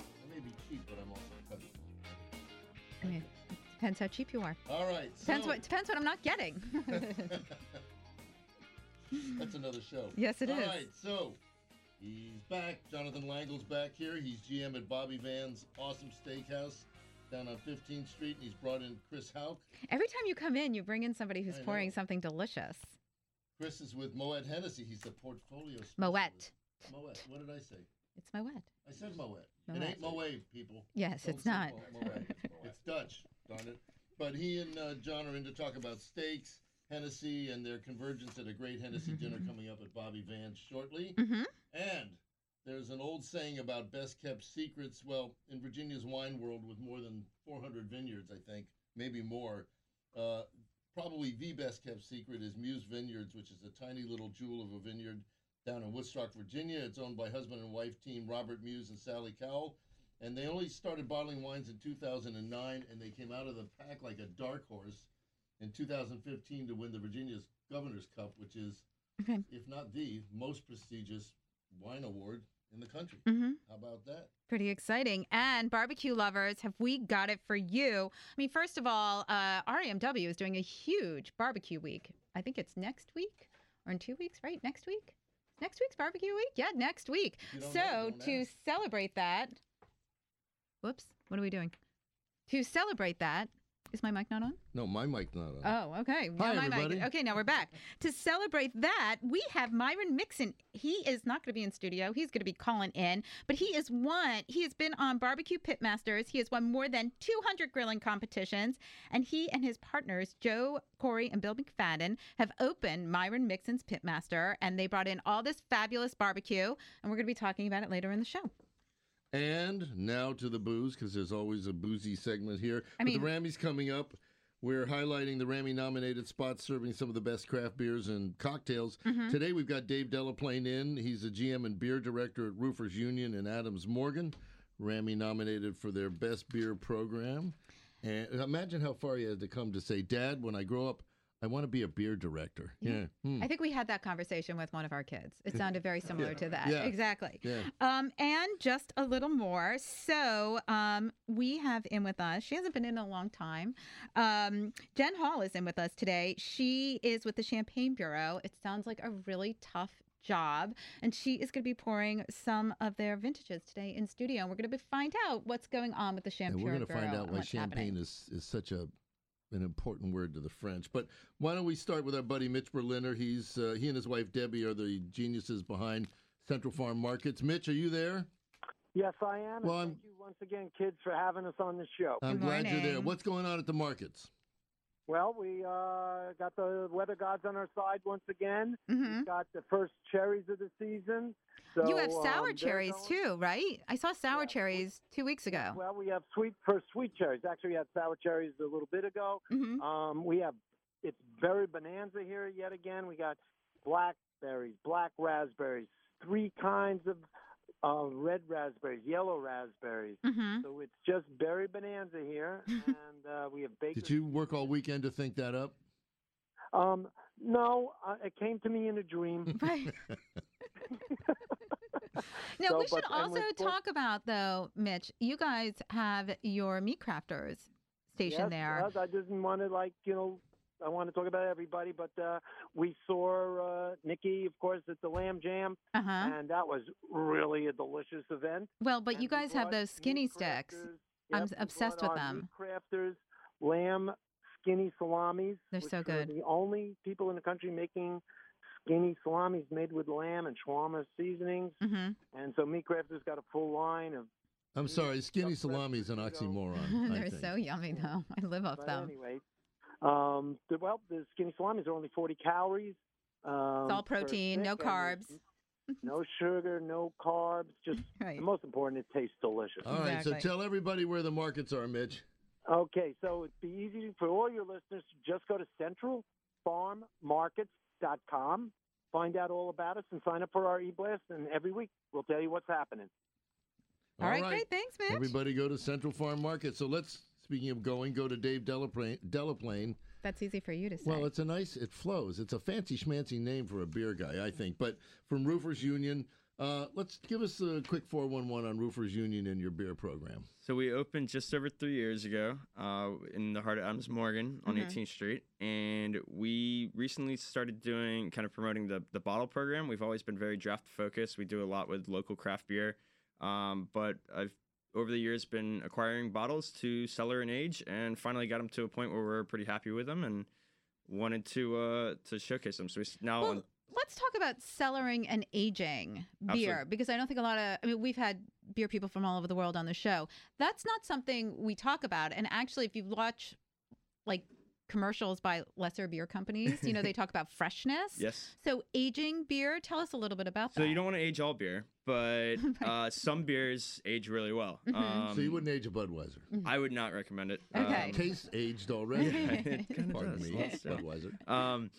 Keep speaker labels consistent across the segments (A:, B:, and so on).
A: I may be cheap, but I'm also a cousin.
B: I mean, Depends how cheap you are.
A: All right. So,
B: Depends what depends what I'm not getting.
A: That's another show.
B: Yes, it
A: it is.
B: is.
A: All right, so he's back. Jonathan Langle's back here. He's GM at Bobby Van's awesome steakhouse down on 15th Street, and he's brought in Chris Hauk.
B: Every time you come in, you bring in somebody who's
A: I know.
B: pouring something delicious.
A: Chris is with Moet Hennessy. He's the portfolio
B: Moet.
A: specialist. Moet. What did I say?
B: It's Moet.
A: I said Moet. It
B: Moet.
A: ain't Moet, people.
B: Yes,
A: Don't
B: it's
A: say
B: not.
A: Mo- Moet. it's Dutch, darn it. But he and uh, John are in to talk about steaks, Hennessy, and their convergence at a great Hennessy
B: Mm-hmm.
A: dinner coming up at Bobby Van's shortly.
B: Mhm.
A: And there's an old saying about best kept secrets. Well, in Virginia's wine world, with more than 400 vineyards, I think, maybe more, uh, probably the best kept secret is Muse Vineyards, which is a tiny little jewel of a vineyard down in Woodstock, Virginia. It's owned by husband and wife team Robert Muse and Sally Cowell. And they only started bottling wines in 2009, and they came out of the pack like a dark horse in 2015 to win the Virginia's Governor's Cup, which is,
B: Okay.
A: if not the most prestigious wine award in the country.
B: hmm
A: How about that?
B: Pretty exciting. And barbecue lovers, have we got it for you? I mean, first of all, uh, REMW is doing a huge barbecue week. I think it's next week or in two weeks, right? Next week? Next week's barbecue week? Yeah, next week.
A: You don't know,
B: So
A: don't
B: to
A: ask.
B: celebrate that, whoops, what are we doing? To celebrate that, is my mic not on?
A: No, my mic not on.
B: Oh, okay. Now
A: Hi,
B: my mic-
A: everybody.
B: Okay, now we're back. to celebrate that, we have Myron Mixon. He is not going to be in studio. He's going to be calling in, but he is one. He has been on Barbecue Pitmasters. He has won more than 200 grilling competitions, and he and his partners, Joe Corey and Bill McFadden, have opened Myron Mixon's Pitmaster, and they brought in all this fabulous barbecue, and we're going to be talking about it later in the show.
A: And now to the booze, because there's always a boozy segment here.
B: I
A: With
B: mean-
A: the Rammies coming up. We're highlighting the Rammy nominated spots serving some of the best craft beers and cocktails.
B: Mm-hmm.
A: Today we've got Dave Delaplane in. He's the GM and beer director at Roofers Union in Adams Morgan. Rammy nominated for their best beer program. And imagine how far he had to come to say, Dad, when I grow up, I want to be a beer director. Yeah. Hmm.
B: I think we had that conversation with one of our kids. It sounded very similar to that.
A: Yeah.
B: Exactly.
A: Yeah.
B: Um, and just a little more. So um, we have in with us, she hasn't been in a long time. Um, Jen Hall is in with us today. She is with the Champagne Bureau. It sounds like a really tough job. And she is going to be pouring some of their vintages today in studio. And we're going to find out what's going on with the Champagne
A: And we're
B: Bureau.
A: going to find out
B: and
A: why
B: what's happening.
A: champagne is, is such a an important word to the French. But why don't we start with our buddy Mitch Berliner? He's uh, he and his wife Debbie are the geniuses behind Central Farm Markets. Mitch, are you there?
C: Yes, I am. and
A: Well, I'm-
C: thank you once again, kids, for having us on the show.
A: I'm
B: Good
A: glad you're there.
B: morning.
A: What's going on at the markets?
C: well, we uh, got the weather gods on our side once again.
B: Mhm.
C: We've got the first cherries of the season. So,
B: you have
C: um,
B: sour
C: they're
B: cherries
C: going-
B: too, right? I saw sour
C: Yeah.
B: cherries two weeks ago.
C: Well, we have sweet first sweet cherries. Actually, we had sour cherries a little bit ago.
B: hmm
C: Um, we have it's very bonanza here yet again. We got blackberries, black raspberries, three kinds of uh, red raspberries, yellow raspberries.
B: hmm
C: So it's just berry bonanza here, and uh, we have bakers.
A: Did you work all weekend to think that up?
C: Um, no, uh, it came to me in a dream.
B: Right. now
C: So,
B: we should
C: but- and
B: also
C: we're still-
B: talk about though, Mitch. You guys have your meat crafters station
C: yes,
B: there.
C: yes, I didn't want to like you know. I want to talk about everybody, but uh, we saw uh, Nikki, of course, at the Lamb Jam,
B: Uh huh.
C: and that was really a delicious event.
B: Well, but
C: And
B: you
C: we
B: guys have
C: brought
B: those skinny
C: meat
B: sticks.
C: crafters.
B: I'm
C: Yep,
B: s-
C: we
B: obsessed
C: brought
B: with
C: our
B: them.
C: Meat crafters, lamb skinny salamis.
B: They're
C: which
B: so
C: are
B: good.
C: the only people in the country making skinny salamis made with lamb and shawarma seasonings.
B: Mm-hmm.
C: And so Meat Crafters got a full line of
A: I'm
C: Yeah,
A: sorry, skinny
C: stuffed breast
A: salami is an
C: potato.
A: oxymoron. I
B: They're
A: think.
B: so yummy though. I live off
C: But
B: them.
C: anyway, um, the, well, the skinny salamis are only 40 calories. Um,
B: It's all
C: per
B: protein, no
C: stick, and
B: carbs.
C: there's- No sugar, no carbs. Just
B: Right.
C: the most important, it tastes delicious.
A: All right, so
B: Exactly.
A: tell everybody where the markets are, Mitch.
C: Okay, so it'd be easy for all your listeners to just go to centralfarmmarkets.com, find out all about us, and sign up for our e-blast. And every week, we'll tell you what's happening.
B: All right, great. Thanks, Mitch.
A: Everybody go to Central Farm Market. So let's, speaking of going, go to Dave Delaplane. Delaplane.
B: That's easy for you to say.
A: Well, it's a nice, it flows. It's a fancy schmancy name for a beer guy, I think. But from Roofers Union, uh, let's give us a quick 411 on Roofers Union and your beer program.
D: So we opened just over three years ago uh, in the heart of Adams Morgan on
B: Mhm.
D: 18th Street, and we recently started doing kind of promoting the the bottle program. We've always been very draft focused. We do a lot with local craft beer, um, but I've over the years been acquiring bottles to cellar and age, and finally got them to a point where we're pretty happy with them and wanted to uh, to showcase them. So we s- now
B: Well,
D: on-
B: let's talk about cellaring and aging beer
D: Absolutely.
B: because I don't think a lot of I mean we've had beer people from all over the world on the show. That's not something we talk about. And actually, if you watch like commercials by lesser beer companies, you know they talk about freshness.
D: yes.
B: So aging beer, tell us a little bit about
D: So
B: that.
D: you don't want to age all beer, but
B: Right.
D: uh, some beers age really well.
B: Mhm.
D: Um,
A: so you wouldn't age a Budweiser.
D: I would not recommend it. Um,
B: Okay.
A: It tastes aged already.
D: Yeah, it kinda
A: Pardon
D: does.
A: me,
D: Let's do it.
A: Budweiser.
D: Um,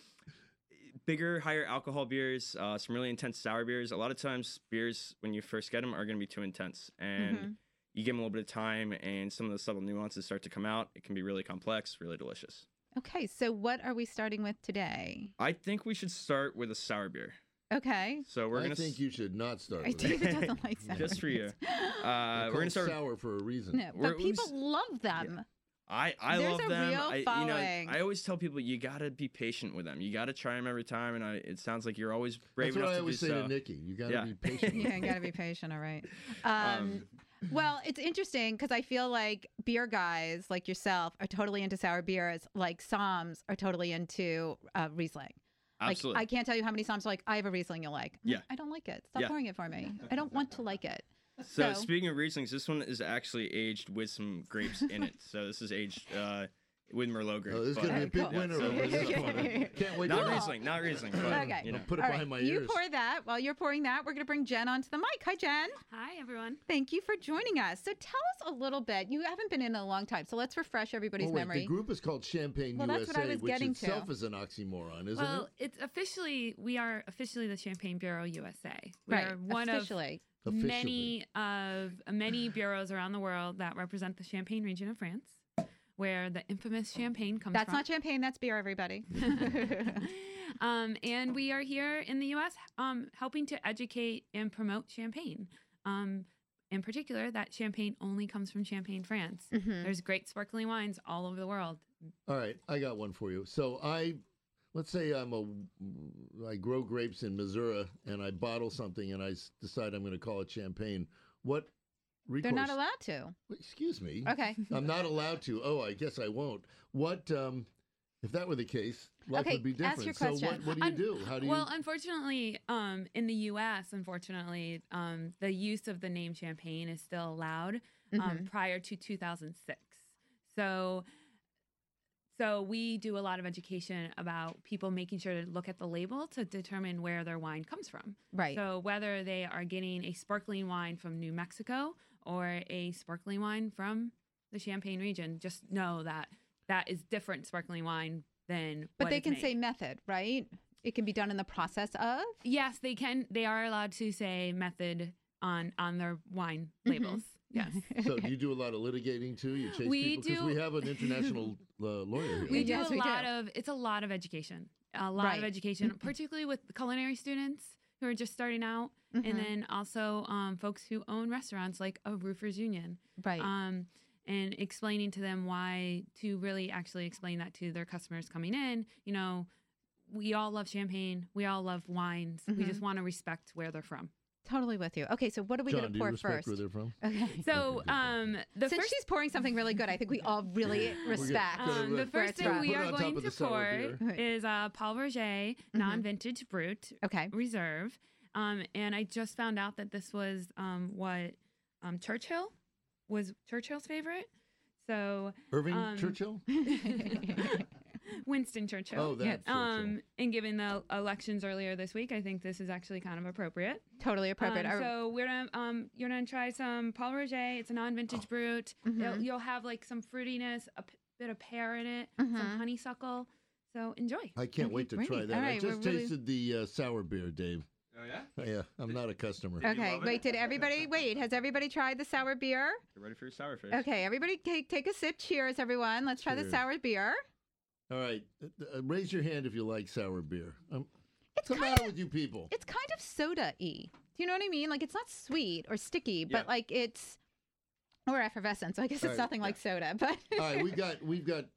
D: bigger, higher alcohol beers, uh, some really intense sour beers. A lot of times, beers when you first get them are going to be too intense, and
B: Mhm.
D: you give them a little bit of time, and some of the subtle nuances start to come out. It can be really complex, really delicious.
B: Okay, so what are we starting with today?
D: I think we should start with a sour beer.
B: Okay,
D: So we're
A: I
D: gonna
A: think
D: s-
A: you should not start
B: I
A: with that.
B: David doesn't like sour.
D: Just for you. uh,
B: beers.
A: They're
D: we're gonna
A: called
D: start. with-
A: sour for a reason.
B: no,
D: We're-
B: but people love them.
D: I I
B: There's
D: love
B: a
D: them.
B: real
D: I, you
B: following.
D: know, I always tell people you gotta be patient with them. You gotta try them every time, and I, it sounds like you're always brave
A: That's what
D: enough
A: I
D: to
A: always
D: do
A: say
D: so.
A: to Nikki. You got to
D: Yeah.
A: be patient. with
B: yeah, you
A: them.
B: gotta be patient. All right. Um, well, it's interesting because I feel like beer guys like yourself are totally into sour beers, like Psalms are totally into uh, Riesling. Like,
D: absolutely.
B: I can't tell you how many Psalms are like, I have a Riesling you'll like. I'm
D: Yeah.
B: like, I don't like it. Stop
D: Yeah.
B: pouring it for me. I don't want to like it.
D: So,
B: So-
D: speaking of Rieslings, this one is actually aged with some grapes in it. So this is aged uh, with Merlot grapes.
A: Oh, this is
D: but-
A: going to be a big
B: Cool.
A: winner
D: so
A: over
D: this
A: this
D: is
B: Yeah.
A: one. Can't wait
D: Not
A: to
B: Cool.
D: Riesling, not Riesling. But,
B: Okay.
D: You know.
A: I'll put it
B: All right,
A: behind my
B: you
A: ears.
B: pour that. While you're pouring that, we're going to bring Jen onto the mic. Hi, Jen.
E: Hi, everyone.
B: Thank you for joining us. So tell us a little bit. You haven't been in a long time, so let's refresh everybody's
A: Oh, wait,
B: memory.
A: The group is called Champagne
B: Well, that's
A: USA,
B: what I was
A: which
B: getting to.
A: itself is an oxymoron, isn't
E: well, it's officially we are officially the Champagne Bureau USA. We
B: right.
E: are one
B: Officially.
A: it?
E: of
A: Officially.
E: many of many bureaus around the world that represent the Champagne region of France, where the infamous champagne comes
B: That's
E: from.
B: not champagne. That's beer, everybody.
E: um, and we are here in the U.S. Um, helping to educate and promote champagne. Um, in particular, that champagne only comes from Champagne, France.
B: Mhm.
E: There's great sparkling wines all over the world.
A: All right, I got one for you. So I, let's say I'm a, I grow grapes in Missouri and I bottle something and I s- decide I'm going to call it champagne. What
B: They're
A: recourse?
B: not allowed to.
A: Excuse me. Um,
B: Okay.
A: I'm not allowed to. Oh, I guess I won't. What um, if that were the case? Life
B: Okay,
A: would be different.
B: ask your
A: So what,
B: question.
A: what do you
E: Un-
A: do? How do you?
E: well, unfortunately, um, in the U.S., unfortunately, um, the use of the name champagne is still allowed um,
B: Mhm.
E: prior to 2006. So, so we do a lot of education about people making sure to look at the label to determine where their wine comes from.
B: right.
E: So whether they are getting a sparkling wine from New Mexico or a sparkling wine from the Champagne region, just know that that is different sparkling wine than.
B: but
E: what
B: they
E: is
B: can
E: made.
B: say method, right? It can be done in the process of.
E: Yes, they can. They are allowed to say method on on their wine
B: Mm-hmm.
E: labels. Yes.
A: so do you do a lot of litigating too? You chase
E: We
A: people because
E: do-
A: we have an international uh, lawyer here.
E: We do
B: Yes,
E: a
B: we do.
E: lot of it's a lot of education. A lot
B: Right. Mm-hmm.
E: of education, particularly with culinary students who are just starting out
B: Mhm.
E: and then also um, folks who own restaurants like a roofers union.
B: right.
E: Um and explaining to them why to really actually explain that to their customers coming in, you know, we all love champagne. We all love wines.
B: Mm-hmm.
E: We just want to respect where they're from.
B: totally with you. Okay, so what are we
A: John,
B: going to
A: do you
B: pour
A: respect
B: first?
A: where they're from?
B: Okay.
E: So,
A: Okay.
E: um, the
B: Since
E: first
B: she's pouring something really good, I think we all really respect.
A: Gonna
E: Um, the
A: let-
B: where
E: first
B: it's
E: thing
B: from.
E: we
A: Put it
E: are
A: on top
E: going
A: of the
E: to
A: sour
E: pour
B: beer. Right. Mm-hmm.
E: is uh, Paul Roger non-vintage brut
B: okay.
E: reserve, um, and I just found out that this was um, what um, Churchill was Churchill's favorite. So
A: Irving
E: um,
A: Churchill?
E: Winston Churchill.
A: Oh, that's Churchill.
E: Um, and given the elections earlier this week, I think this is actually kind of appropriate.
B: Totally appropriate.
E: Um,
B: I-
E: so we're gonna um, you're gonna try some Paul Roger. It's a non-vintage brut.
B: Mhm.
E: You'll, you'll have like some fruitiness, a p- bit of pear in it,
B: Mhm.
E: some honeysuckle. So enjoy.
A: I can't
B: Okay,
A: wait to
B: great.
A: try that.
B: All
A: I
B: right, we're
A: just
B: really-
A: tasted the uh, sour beer, Dave.
D: Oh yeah.
A: Yeah, I'm not a customer.
D: you
B: okay,
D: love it?
B: wait. Did everybody wait? Has everybody tried the sour beer?
D: Get ready for your sour fish.
B: Okay, everybody take take a sip. Cheers, everyone. Let's try the
A: Cheers.
B: sour beer.
A: All right, uh, uh, raise your hand if you like sour beer. Um,
B: It's
A: what's the
B: kind
A: matter
B: of
A: with you people?
B: it's kind of soda y. Do you know what I mean? Like it's not sweet or sticky, but
D: Yeah.
B: like it's or effervescent. So I guess it's
A: Right,
B: nothing like soda. But
A: All right, we got we've got a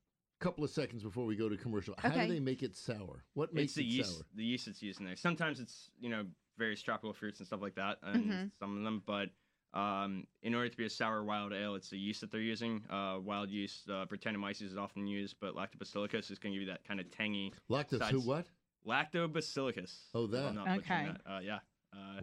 A: couple of seconds before we go to commercial. How
B: Okay.
A: do they make it sour? What makes
D: It's the
A: it
D: yeast.
A: sour?
D: The yeast that's used in there. Sometimes it's you know various tropical fruits and stuff like that, and
B: Mhm.
D: some of them. But um, in order to be a sour wild ale, it's the yeast that they're using. Uh, wild yeast, uh, Brettanomyces is often used, but Lactobacillus is going to give you that kind of tangy
A: Lactose. Who
D: Besides-
A: what?
D: Lactobacillus.
A: Oh,
D: if
A: that.
D: I'm not butchering
B: Okay.
D: that. Uh, yeah. Uh,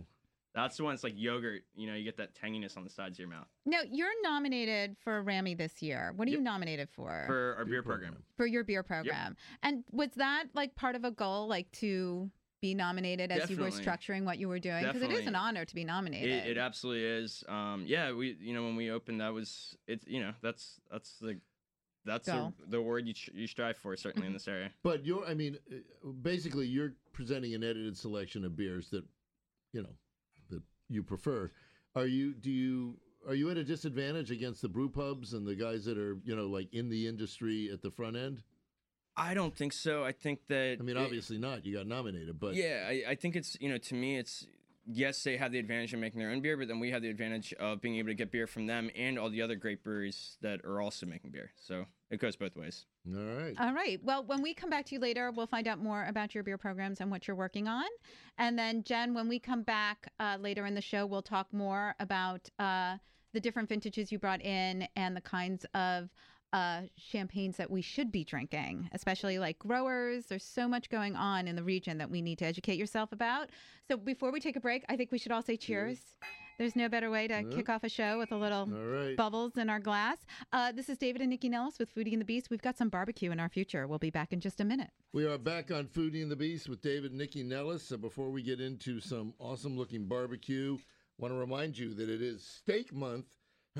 D: that's the one. It's like yogurt. You know, you get that tanginess on the sides of your mouth.
B: no, you're nominated for Rammy this year. What are you
D: Yep.
B: nominated for?
D: For our beer, program.
B: For your beer program. And was that like part of a goal, like to be nominated as you were
D: Definitely.
B: structuring what you were doing? Because it is an
D: Definitely.
B: honor to be nominated.
D: It, it absolutely is. Um, yeah, we you know when we opened that was it's you know that's that's the that's the,
B: Goal.
D: the word you, tr- you strive for certainly in this area.
A: But you're, I mean, uh, basically, you're presenting an edited selection of beers that, you know, that you prefer. Are you? Do you? Are you at a disadvantage against the brew pubs and the guys that are, you know, like in the industry at the front end?
D: I don't think so. I think that
A: I mean,
D: it-
A: obviously not. You got nominated, but
D: yeah, I, I think it's you know to me it's yes they have the advantage of making their own beer, but then we have the advantage of being able to get beer from them and all the other great breweries that are also making beer. So it goes both ways.
A: all right.
B: All right. Well, when we come back to you later, we'll find out more about your beer programs and what you're working on. And then, Jen, when we come back uh, later in the show, we'll talk more about uh, the different vintages you brought in and the kinds of uh, champagnes that we should be drinking, especially like growers. There's so much going on in the region that we need to educate yourself about. So, before we take a break, I think we should all say cheers. There's no better way to
A: Yep.
B: kick off a show with a little
A: All right.
B: bubbles in our glass. Uh, this is David and Nikki Nellis with Foodie and the Beast. We've got some barbecue in our future. We'll be back in just a minute.
A: We are back on Foodie and the Beast with David and Nikki Nellis. So before we get into some awesome looking barbecue, want to remind you that it is steak month,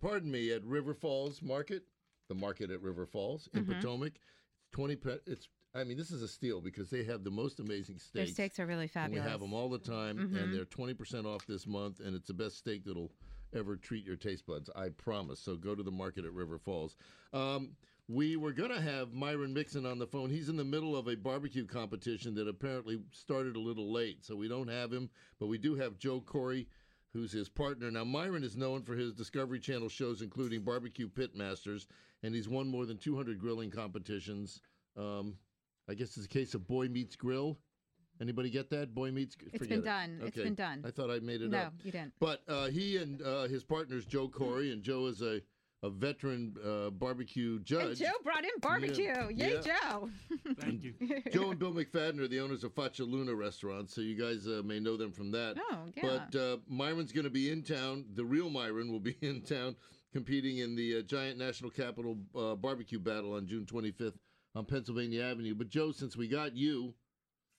A: pardon me, at River Falls Market, the market at River Falls in Potomac. It's 20 pe- it's I mean this is a steal because they have the most amazing
B: Their
A: steaks.
B: steaks are really
A: and we
B: fabulous.
A: have them all the time and they're 20% off this month and it's the best steak that'll ever treat your taste buds. I promise. So go to the market at River Falls. Um we were going to have Myron Mixon on the phone. He's in the middle of a barbecue competition that apparently started a little late, so we don't have him, but we do have Joe Corey, who's his partner. Now, Myron is known for his Discovery Channel shows, including Barbecue Pit Masters, and he's won more than 200 grilling competitions. Um, I guess it's a case of Boy Meets Grill. Anybody get that? Boy Meets Grill?
B: It's been done. It's been done.
A: I thought I made it
B: no,
A: up.
B: you didn't.
A: But uh, he and uh, his partners, Joe Corey, and Joe is a, a veteran uh, barbecue
B: And
A: judge.
B: Joe brought in barbecue. Yay,
A: Yeah.
B: Joe.
F: Thank you.
A: Joe and Bill McFadden are the owners of Faccia Luna restaurants, so you guys uh, may know them from that.
B: Oh, yeah.
A: But uh, Myron's going to be in town. The real Myron will be in town competing in the uh, Giant National Capital uh, Barbecue Battle on June 25th on Pennsylvania Avenue. But Joe, since we got you,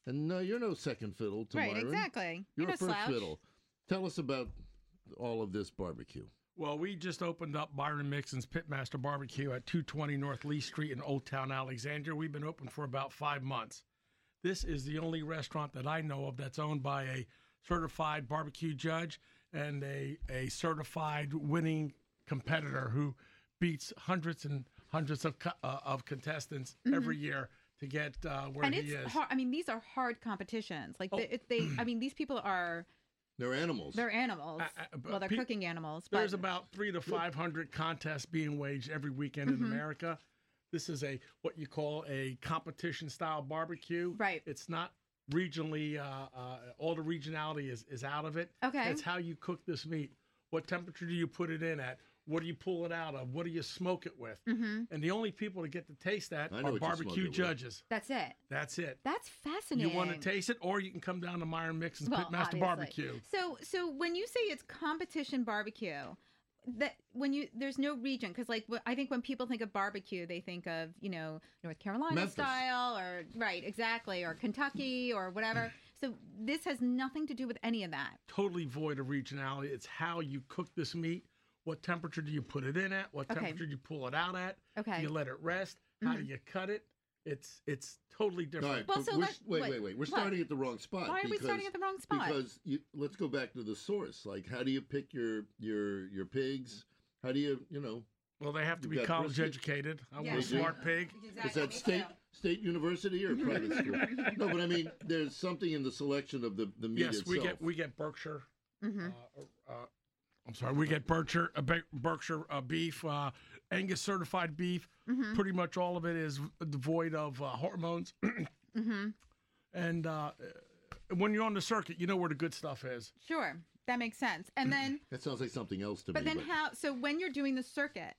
A: and no, you're no second fiddle to
B: right,
A: Myron.
B: exactly.
A: You're
B: no
A: a first
B: slouch.
A: fiddle. Tell us about all of this barbecue.
F: Well, we just opened up Byron Mixon's Pitmaster Barbecue at 220 North Lee Street in Old Town Alexandria. We've been open for about five months. This is the only restaurant that I know of that's owned by a certified barbecue judge and a, a certified winning competitor who beats hundreds and hundreds of co- uh, of contestants every year to get uh,
B: Mm-hmm.
F: where
B: And
F: he
B: it's
F: is.
B: hard. I mean, these are hard competitions. Like, they, it- they, I mean, these people are,
A: They're animals.
B: they're animals.
F: I- I- but
B: well, they're
F: Uh, pe-
B: cooking animals. But
F: There's about three to five hundred contests being waged every weekend
B: Mm-hmm.
F: in America. This is a what you call a competition style barbecue.
B: Right.
F: It's not regionally. Uh, uh, all the regionality is is out of it.
B: Okay.
F: It's how you cook this meat. What temperature do you put it in at? What do you pull it out of? What do you smoke it with?
B: Mm-hmm.
F: And the only people to get to taste that
A: I know
F: are
A: what you smoke it
F: barbecue
A: with.
F: judges.
B: that's it.
F: That's it.
B: That's
F: You
B: fascinating.
F: want to taste it, or you can come down to Meyer Mixon's
B: Well,
F: Pitmaster
B: obviously.
F: Barbecue.
B: So, so when you say it's competition barbecue, that when you there's no region because like wh- I think when people think of barbecue they think of you know North Carolina
A: Memphis.
B: style or right exactly or Kentucky or whatever. so this has nothing to do with any of that.
F: totally void of regionality. It's how you cook this meat. What temperature do you put it in at? What
B: Okay.
F: temperature do you pull it out at?
B: Okay. Mm-hmm.
F: Do you let it rest? How do you cut it? It's it's totally
A: All
F: different.
A: right,
B: Well,
A: but
B: so
A: we're,
B: let-
A: s- wait,
B: what-
A: wait, wait. We're
B: what?
A: starting at the wrong spot.
B: Why are we
A: because-
B: starting at the wrong spot?
A: Because you, let's go back to the source. Like, how do you pick your your your pigs? How do you you know?
F: Well, they have to
A: You
F: be
A: got
F: college
A: brisket.
F: educated. I
B: Yeah.
F: want a
A: They do.
F: smart pig.
A: Is that state state university or private school? no, but I mean, there's something in the selection of the the meat
F: Yes,
A: itself.
F: we get we get Berkshire.
B: hmm
F: Uh, uh, I'm sorry, we get Berkshire uh, Be- Berkshire uh, beef, uh, Angus certified beef.
B: Mhm.
F: Pretty much all of it is devoid of uh, hormones.
B: hmm
F: And uh, when you're on the circuit, you know where the good stuff is.
B: Sure, that makes sense. And then
A: that sounds like something else to
B: but
A: me.
B: then how? So when you're doing the circuit,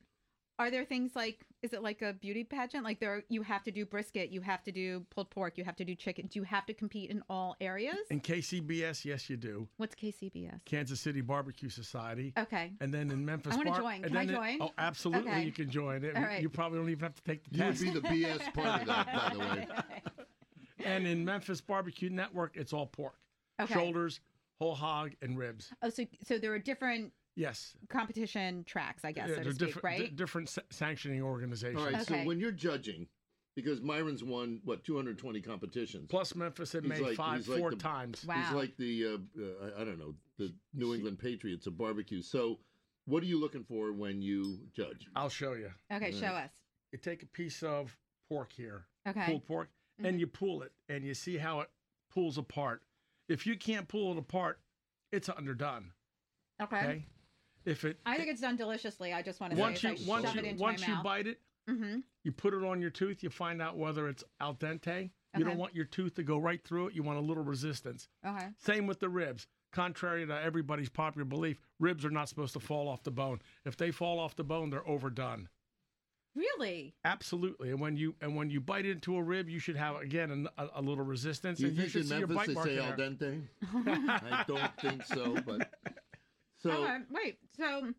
B: are there things like is it like a beauty pageant? Like there you have to do brisket, you have to do pulled pork, you have to do chicken. Do you have to compete in all areas?
F: In KCBS, yes, you do.
B: What's KCBS?
F: Kansas City Barbecue Society.
B: Okay.
F: And then in Memphis,
B: I wanna
F: Bar-
B: join.
F: and
B: Can I
F: then it-
B: join?
F: oh, absolutely,
B: Okay.
F: you can join. It,
B: All right.
F: You probably don't even have to take the
A: you would
F: test.
A: be the BS part of that, by the way.
F: and in Memphis Barbecue Network, it's all pork,
B: Okay.
F: shoulders, whole hog, and ribs.
B: Oh, so so there are different
F: Yes,
B: competition tracks, I guess,
F: Yeah,
B: so to
F: they're
B: speak,
F: different,
B: right?
F: di- different sa- sanctioning organizations.
A: All right,
B: Okay.
A: so when you're judging, because Myron's won what 220 competitions.
F: Plus, Memphis had
A: He's
F: made
A: like-
F: five
A: he's like
F: four
A: the-
F: times.
B: Wow.
A: He's like the uh, uh, I- I don't know the New England Patriots of barbecue. So, what are you looking for when you judge?
F: I'll show you.
B: okay, show us.
F: You take a piece of pork here,
B: Okay. Mm-hmm.
F: pulled pork, and you pull it, and you see how it pulls apart. If you can't pull it apart, it's underdone.
B: Okay.
F: Okay. If it
B: I think it's done deliciously. I just want to
F: once
B: say
F: you
B: if I
F: once
B: shove it
F: you
B: into
F: once
B: my
F: you
B: mouth.
F: bite it,
B: mm-hmm.
F: you put it on your tooth. You find out whether it's al dente. You
B: Okay.
F: don't want your tooth to go right through it. You want a little resistance.
B: Okay.
F: Same with the ribs. Contrary to everybody's popular belief, ribs are not supposed to fall off the bone. If they fall off the bone, they're overdone.
B: Really?
F: Absolutely. And when you and when you bite into a rib, you should have again an- a, a little resistance.
A: Do you
F: and
A: think
F: should
A: in
F: see your
A: Memphis
F: bite
A: they
F: mark
A: say
F: in
A: al
F: there.
A: dente? I don't think so, but so
B: Okay, wait. So,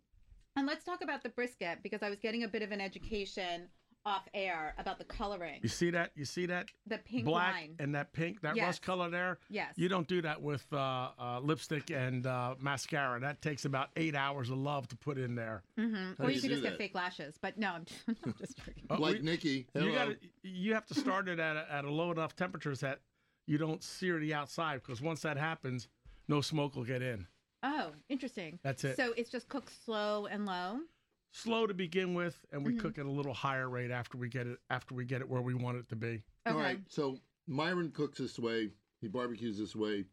B: and let's talk about the brisket because I was getting a bit of an education off air about the coloring,
F: You see that? You see that
B: the pink
F: black
B: line.
F: and that pink, that
B: Yes.
F: rust color there.
B: Yes.
F: You don't do that with uh, uh, lipstick and uh, mascara. That takes about eight hours of love to put in there.
A: do
B: or
A: you
B: Mm-hmm. you could
A: do
B: just
A: that?
B: get fake lashes, but no, I'm just, I'm just joking.
F: Uh,
A: like
F: we-
A: Nikki, hello.
F: you got you have to start it at a, at a low enough temperatures that you don't sear the outside because once that happens, no smoke will get in.
B: Oh, interesting.
F: That's it.
B: So it's just cooked slow and low.
F: Slow to begin with, and
B: Mm-hmm.
F: we cook at a little higher rate after we get it after we get it where we want it to be.
B: Okay.
A: All right, so Myron cooks this way. He barbecues this way.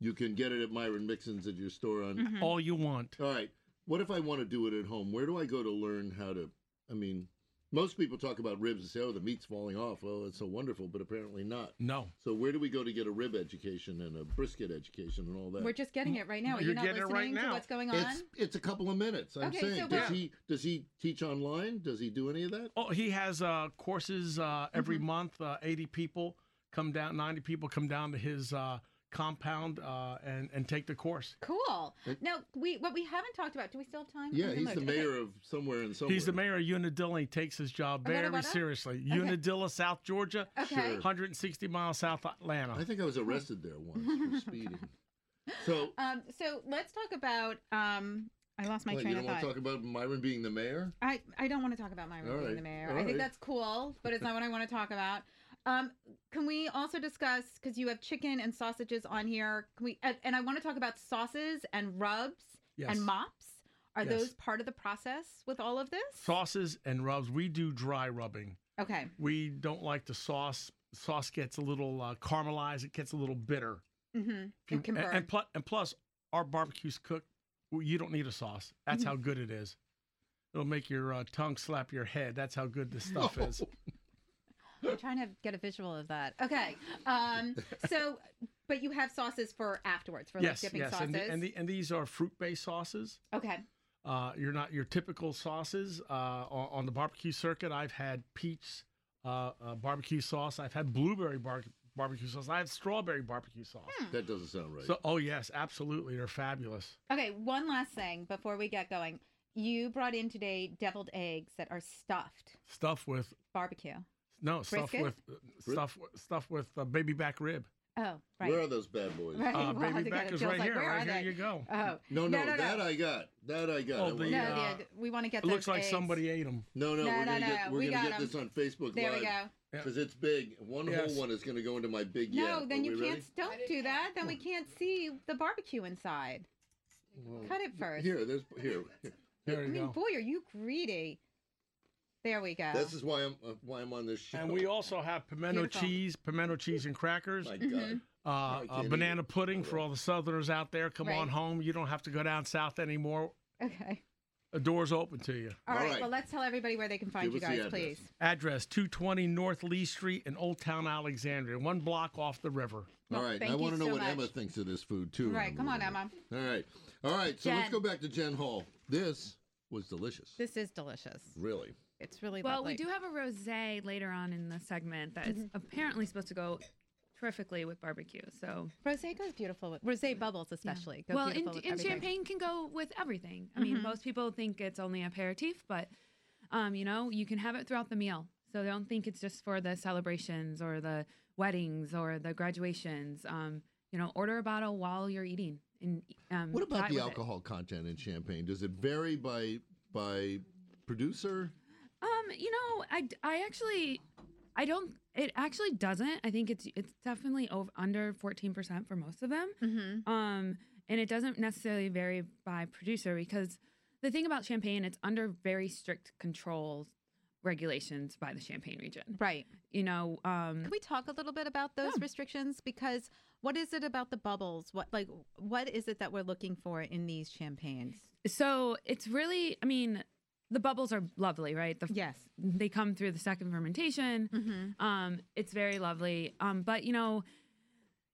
A: You can get it at Myron Mixon's at your store on.
B: Mm-hmm.
F: All you want.
A: All right, what if I want to do it at home? Where do I go to learn how to? I mean, most people talk about ribs and say, "Oh, the meat's falling off." Oh, it's so wonderful, but apparently not.
F: No,
A: So where do we go to get a rib education and a brisket education and all that?
B: We're just getting it right now. Are you
F: You're
B: not
F: getting it
B: listening
F: right
B: to
F: now.
B: what's going on?
A: it's it's a couple of minutes. I'm
B: Okay,
A: saying,
B: so
A: does
B: we're-
A: he does he teach online? Does he do any of that?
F: Oh, he has uh, courses uh, every
B: Mm-hmm.
F: month. Uh, Eighty people come down, ninety people come down to his uh, compound uh, and and take the course.
B: Cool.
A: It-
B: Now we what we haven't talked about. Do we still have time?
A: Yeah,
B: I'm
A: he's the
B: remote. Okay.
A: mayor of somewhere and somewhere.
F: He's the mayor of Unadilla. He takes his job
B: What
F: very
B: about us?
F: seriously.
B: Okay.
F: Unadilla, South Georgia,
B: Okay.
A: Sure.
F: 160 miles south of Atlanta.
A: I think I was arrested there once for speeding. So
B: Um, so let's talk about. Um, I lost my
A: wait, you
B: train
A: don't
B: of
A: want
B: thought.
A: to talk about Myron being the mayor?
B: I, I don't want to talk about my
A: All
B: being
A: right.
B: the mayor.
A: All
B: I
A: right.
B: think that's cool, but it's not what I want to talk about. Um, can we also discuss because you have chicken and sausages on here? Can we and, and I want to talk about sauces and rubs
F: Yes.
B: and mops. Are
F: Yes.
B: those part of the process with all of this?
F: Sauces and rubs. We do dry rubbing.
B: okay.
F: We don't like the sauce. Sauce gets a little uh, caramelized. It gets a little bitter.
B: Mm-hmm.
F: If you-
B: it can burn.
F: and, and, plu- and plus, our barbecue's cooked. well, You don't need a sauce. That's
B: Mm-hmm.
F: how good it is. It'll make your uh, tongue slap your head. That's how good this stuff
B: Oh,
F: is.
B: I'm trying to get a visual of that. Okay. Um, so, but you have sauces for afterwards for
F: yes,
B: like dipping
F: yes.
B: sauces. Oh.
F: And, the, and, the, and these are fruit-based sauces.
B: okay.
F: Uh, you're not your typical sauces uh, on, on the barbecue circuit. I've had peach uh, uh, barbecue sauce. I've had blueberry bar- barbecue sauce. I have strawberry barbecue sauce.
B: Hmm.
A: That doesn't sound right.
F: So, oh yes, absolutely, they're fabulous.
B: Okay. One last thing before we get going. You brought in today deviled eggs that are stuffed
F: Stuff with
B: barbecue.
F: no stuff
B: Brisket?
F: with uh, stuff stuff with uh, baby back rib.
B: Oh, right.
A: Where are those bad boys?
B: Right.
F: Uh,
B: Well, I
F: baby
B: think I
F: back
B: got-
F: is
B: Joe's
F: right
B: like,
F: here.
B: where
F: Right
B: are
F: here
B: they?
F: you go.
B: Oh
A: No, no,
B: no, no,
A: that
B: no.
A: I got. That I got.
F: Oh,
A: I wanna-
F: the,
B: No,
F: uh,
B: the- we want to get.
F: It looks
B: those
F: like
B: eggs.
F: somebody ate them.
A: no, no,
B: No,
A: we're
B: no,
A: gonna get
B: no,
A: we're
B: we
A: gonna
B: got
A: get
B: 'em.
A: this on Facebook
B: There
A: Live
B: we go.
F: Yeah.
A: because it's big. One
F: Yes.
A: whole one is gonna go into my big.
B: No,
A: yap.
B: then
A: Are
B: you
A: we
B: can't.
A: ready?
B: Don't do that. Then we can't see the barbecue inside.
A: Well,
B: Cut it first.
A: Here, there's here.
F: There
B: I
F: you
B: mean,
F: go.
B: boy, are you greedy? There we go.
A: This is why I'm uh, why I'm on this show.
F: And we also have pimento
B: Beautiful.
F: cheese, pimento cheese and crackers,
A: My God.
B: Mhm.
F: uh,
A: I can't
F: uh,
A: eat
F: banana
A: it.
F: pudding for all the Southerners out there. Come on
B: Right.
F: home. You don't have to go down south anymore.
B: Okay.
F: The door's open to you.
B: All
A: All
B: right.
A: right.
B: Well, let's tell everybody where they can find
A: Give
B: you
A: us the
B: guys,
A: address.
B: please.
F: Address 220 North Lee Street in Old Town Alexandria, one block off the river.
A: All
B: Well,
A: right, and
B: thank
A: I
B: you
A: want to know
B: so
A: what
B: much.
A: Emma thinks of this food too.
B: Right,
A: in a
B: come on,
A: little
B: Emma.
A: bit. All right, all right. So let's
B: Jen.
A: go back to Jen Hall. This was delicious.
B: This is delicious.
A: really.
B: It's really
E: Well,
B: lovely. Mm-hmm.
E: we do have a rosé later on in the segment that is apparently supposed to go terrifically with barbecue. So,
B: Rosé goes beautiful with rosé bubbles, especially. Go
E: well, and,
B: beautiful with
E: and
B: everything.
E: champagne can go with everything. I mean, most people think it's only aperitif, but um, you know, you can have it throughout the meal. So don't think it's just for the celebrations or the weddings or the graduations. Um, you know, order a bottle while you're eating. And um,
A: What
E: try
A: about
E: it
A: the
E: with it.
A: alcohol content in champagne? Does it vary by by producer?
E: Um, you know, I, d- I actually I don't it actually doesn't. I think it's it's definitely over under 14% for most of them.
B: Mhm.
E: Um and it doesn't necessarily vary by producer because the thing about champagne it's under very strict controls regulations by the champagne region.
B: Right.
E: You know, um
B: Can we talk a little bit about those restrictions? Because what is it about the bubbles? What like what is it that we're looking for in these champagnes?
E: so it's really I mean the bubbles are lovely, right? The,
B: Yes.
E: They come through the second fermentation.
B: Mm-hmm.
E: Um, it's very lovely. Um, but you know,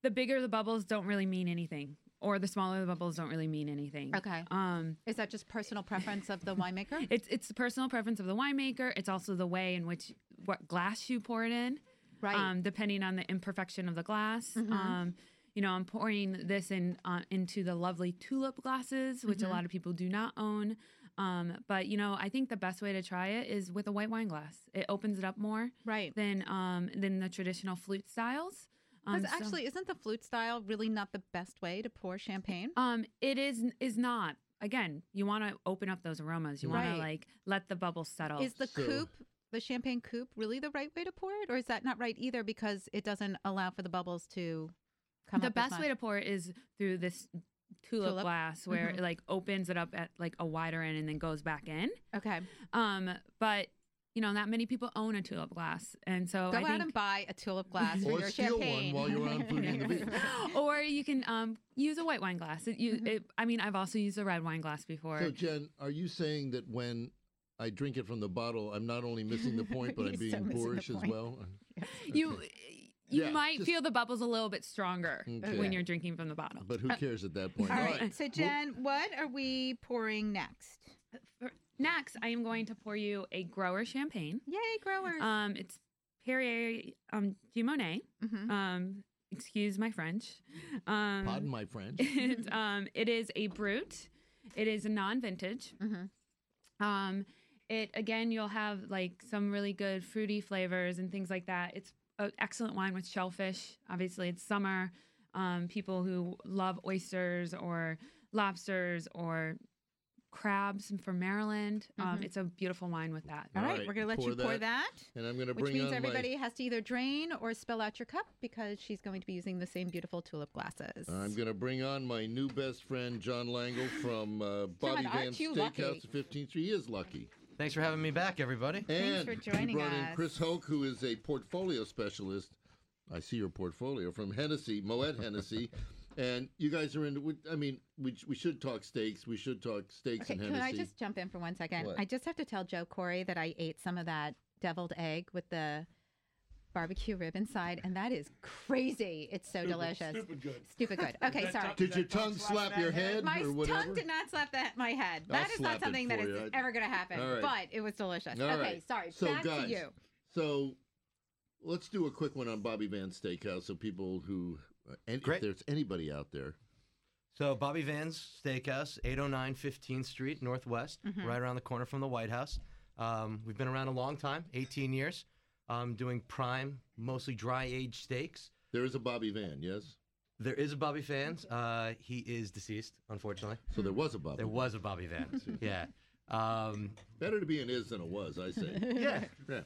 E: the bigger the bubbles don't really mean anything, or the smaller the bubbles don't really mean anything.
B: Okay.
E: Um,
B: Is that just personal preference of the winemaker?
E: it's it's the personal preference of the winemaker. It's also the way in which what glass you pour it in,
B: right. Mm-hmm.
E: um, depending on the imperfection of the glass. Um, you know, I'm pouring this in uh, into the lovely tulip glasses, which
B: Mm-hmm.
E: a lot of people do not own. Um, but you know, I think the best way to try it is with a white wine glass. It opens it up more
B: right.
E: than um than the traditional flute styles. Um,
B: Because
E: so-
B: actually, isn't the flute style really not the best way to pour champagne?
E: um, it is is not. Again, you want to open up those aromas. You want
B: Right.
E: to like let the bubbles settle.
B: is the
A: so-
B: coupe, the champagne coupe, really the right way to pour it, or is that not right either because it doesn't allow for the bubbles to come?
E: the
B: up
E: best way to pour it is through this tulip,
B: Tulip?
E: glass, where
B: Mhm.
E: it like opens it up at like a wider end and then goes back in.
B: to okay.
E: Um, but you know, not many people own a tulip glass, and so
B: Go
E: I
B: out
E: think,
B: and buy a tulip glass for
A: Or
B: your
A: steal one
B: champagne
A: while you're on Foodie and the Beast.
E: or you can um use a white wine glass. It,
B: Mm-hmm.
E: you, it, I mean, I've also used a red wine glass before.
A: So Jen, are you saying that when I drink it from the bottle, I'm not only missing the point, but I'm
B: He's so missing
A: being
B: the
A: boorish as
B: point.
A: well?
E: you you
A: Yeah,
E: might
A: just-
E: feel the bubbles a little bit stronger
A: Okay.
E: when you're drinking from the bottle.
A: But who cares at that point?
B: All right.
A: All
B: So Jen, what are we pouring next?
E: For- Next, I am going to pour you a grower champagne.
B: Yay, growers!
E: Um, it's Perrier um, Gimonet.
B: Mhm.
E: Um, excuse my French.
A: right.
E: Um,
A: Pardon my French.
E: it's, um, it is a brut. It is a non-vintage.
B: Mhm.
E: Um, it again, you'll have like some really good fruity flavors and things like that. It's an excellent wine with shellfish. Obviously, it's summer. Um, people who love oysters or lobsters or crabs from Maryland. Um,
B: Mhm.
E: it's a beautiful wine with that.
B: All
A: All
B: right,
A: right,
B: we're gonna let
A: pour
B: you pour
A: that.
B: that.
A: And I'm going to
B: Which
A: bring
B: means
A: on
B: everybody has to either drain or spill out your cup because she's going to be using the same beautiful tulip glasses.
A: my. I'm going to bring on my new best friend, John Langle from uh, Bobby
B: aren't
A: Van's
B: you
A: Steakhouse
B: lucky?
A: at 15th Street. He is lucky.
G: Thanks for having me back, everybody.
B: Thanks for
A: And
B: joining
A: we brought in
B: us.
A: Chris Hoke, who is a portfolio specialist. I see your portfolio from Hennessy, Moet Hennessy. And you guys are into, I mean, we, we should talk steaks. We should talk steaks
B: Okay,
A: and
B: can
A: Hennessy.
B: I just jump in for one second?
A: What?
B: I just have to tell Joe Corey that I ate some of that deviled egg with the barbecue rib inside, and that is crazy. It's so delicious.
F: Stupid good.
B: Stupid good. Okay,
F: That
B: sorry.
F: tongue-
A: Did
F: that
A: your tongue slap
F: that
A: your head?
B: My
A: or whatever?
B: tongue did not slap that my head.
A: I'll
B: That is
A: slap
B: not
A: it
B: something that is
A: for you. I-
B: ever going to happen.
A: All right.
B: But it was delicious.
A: All
B: okay,
A: right.
B: sorry.
A: So,
B: Back
A: guys,
B: to you.
A: So let's do a quick one on Bobby Van Steakhouse so people who, uh, and if
G: Great.
A: there's anybody out there
G: So Bobby Van's Steakhouse, 809 15th Street, Northwest,
B: Mhm.
G: right around the corner from the White House. Um, we've been around a long time, 18 years, um, doing prime, mostly dry aged steaks.
A: There is a Bobby Van, yes.
G: There is a Bobby Vans. Uh, he is deceased, unfortunately.
A: So there was a Bobby.
G: There
A: Van.
G: was a Bobby Van. yeah. Um,
A: Better to be an is than a was, I say.
G: yeah.
A: yeah.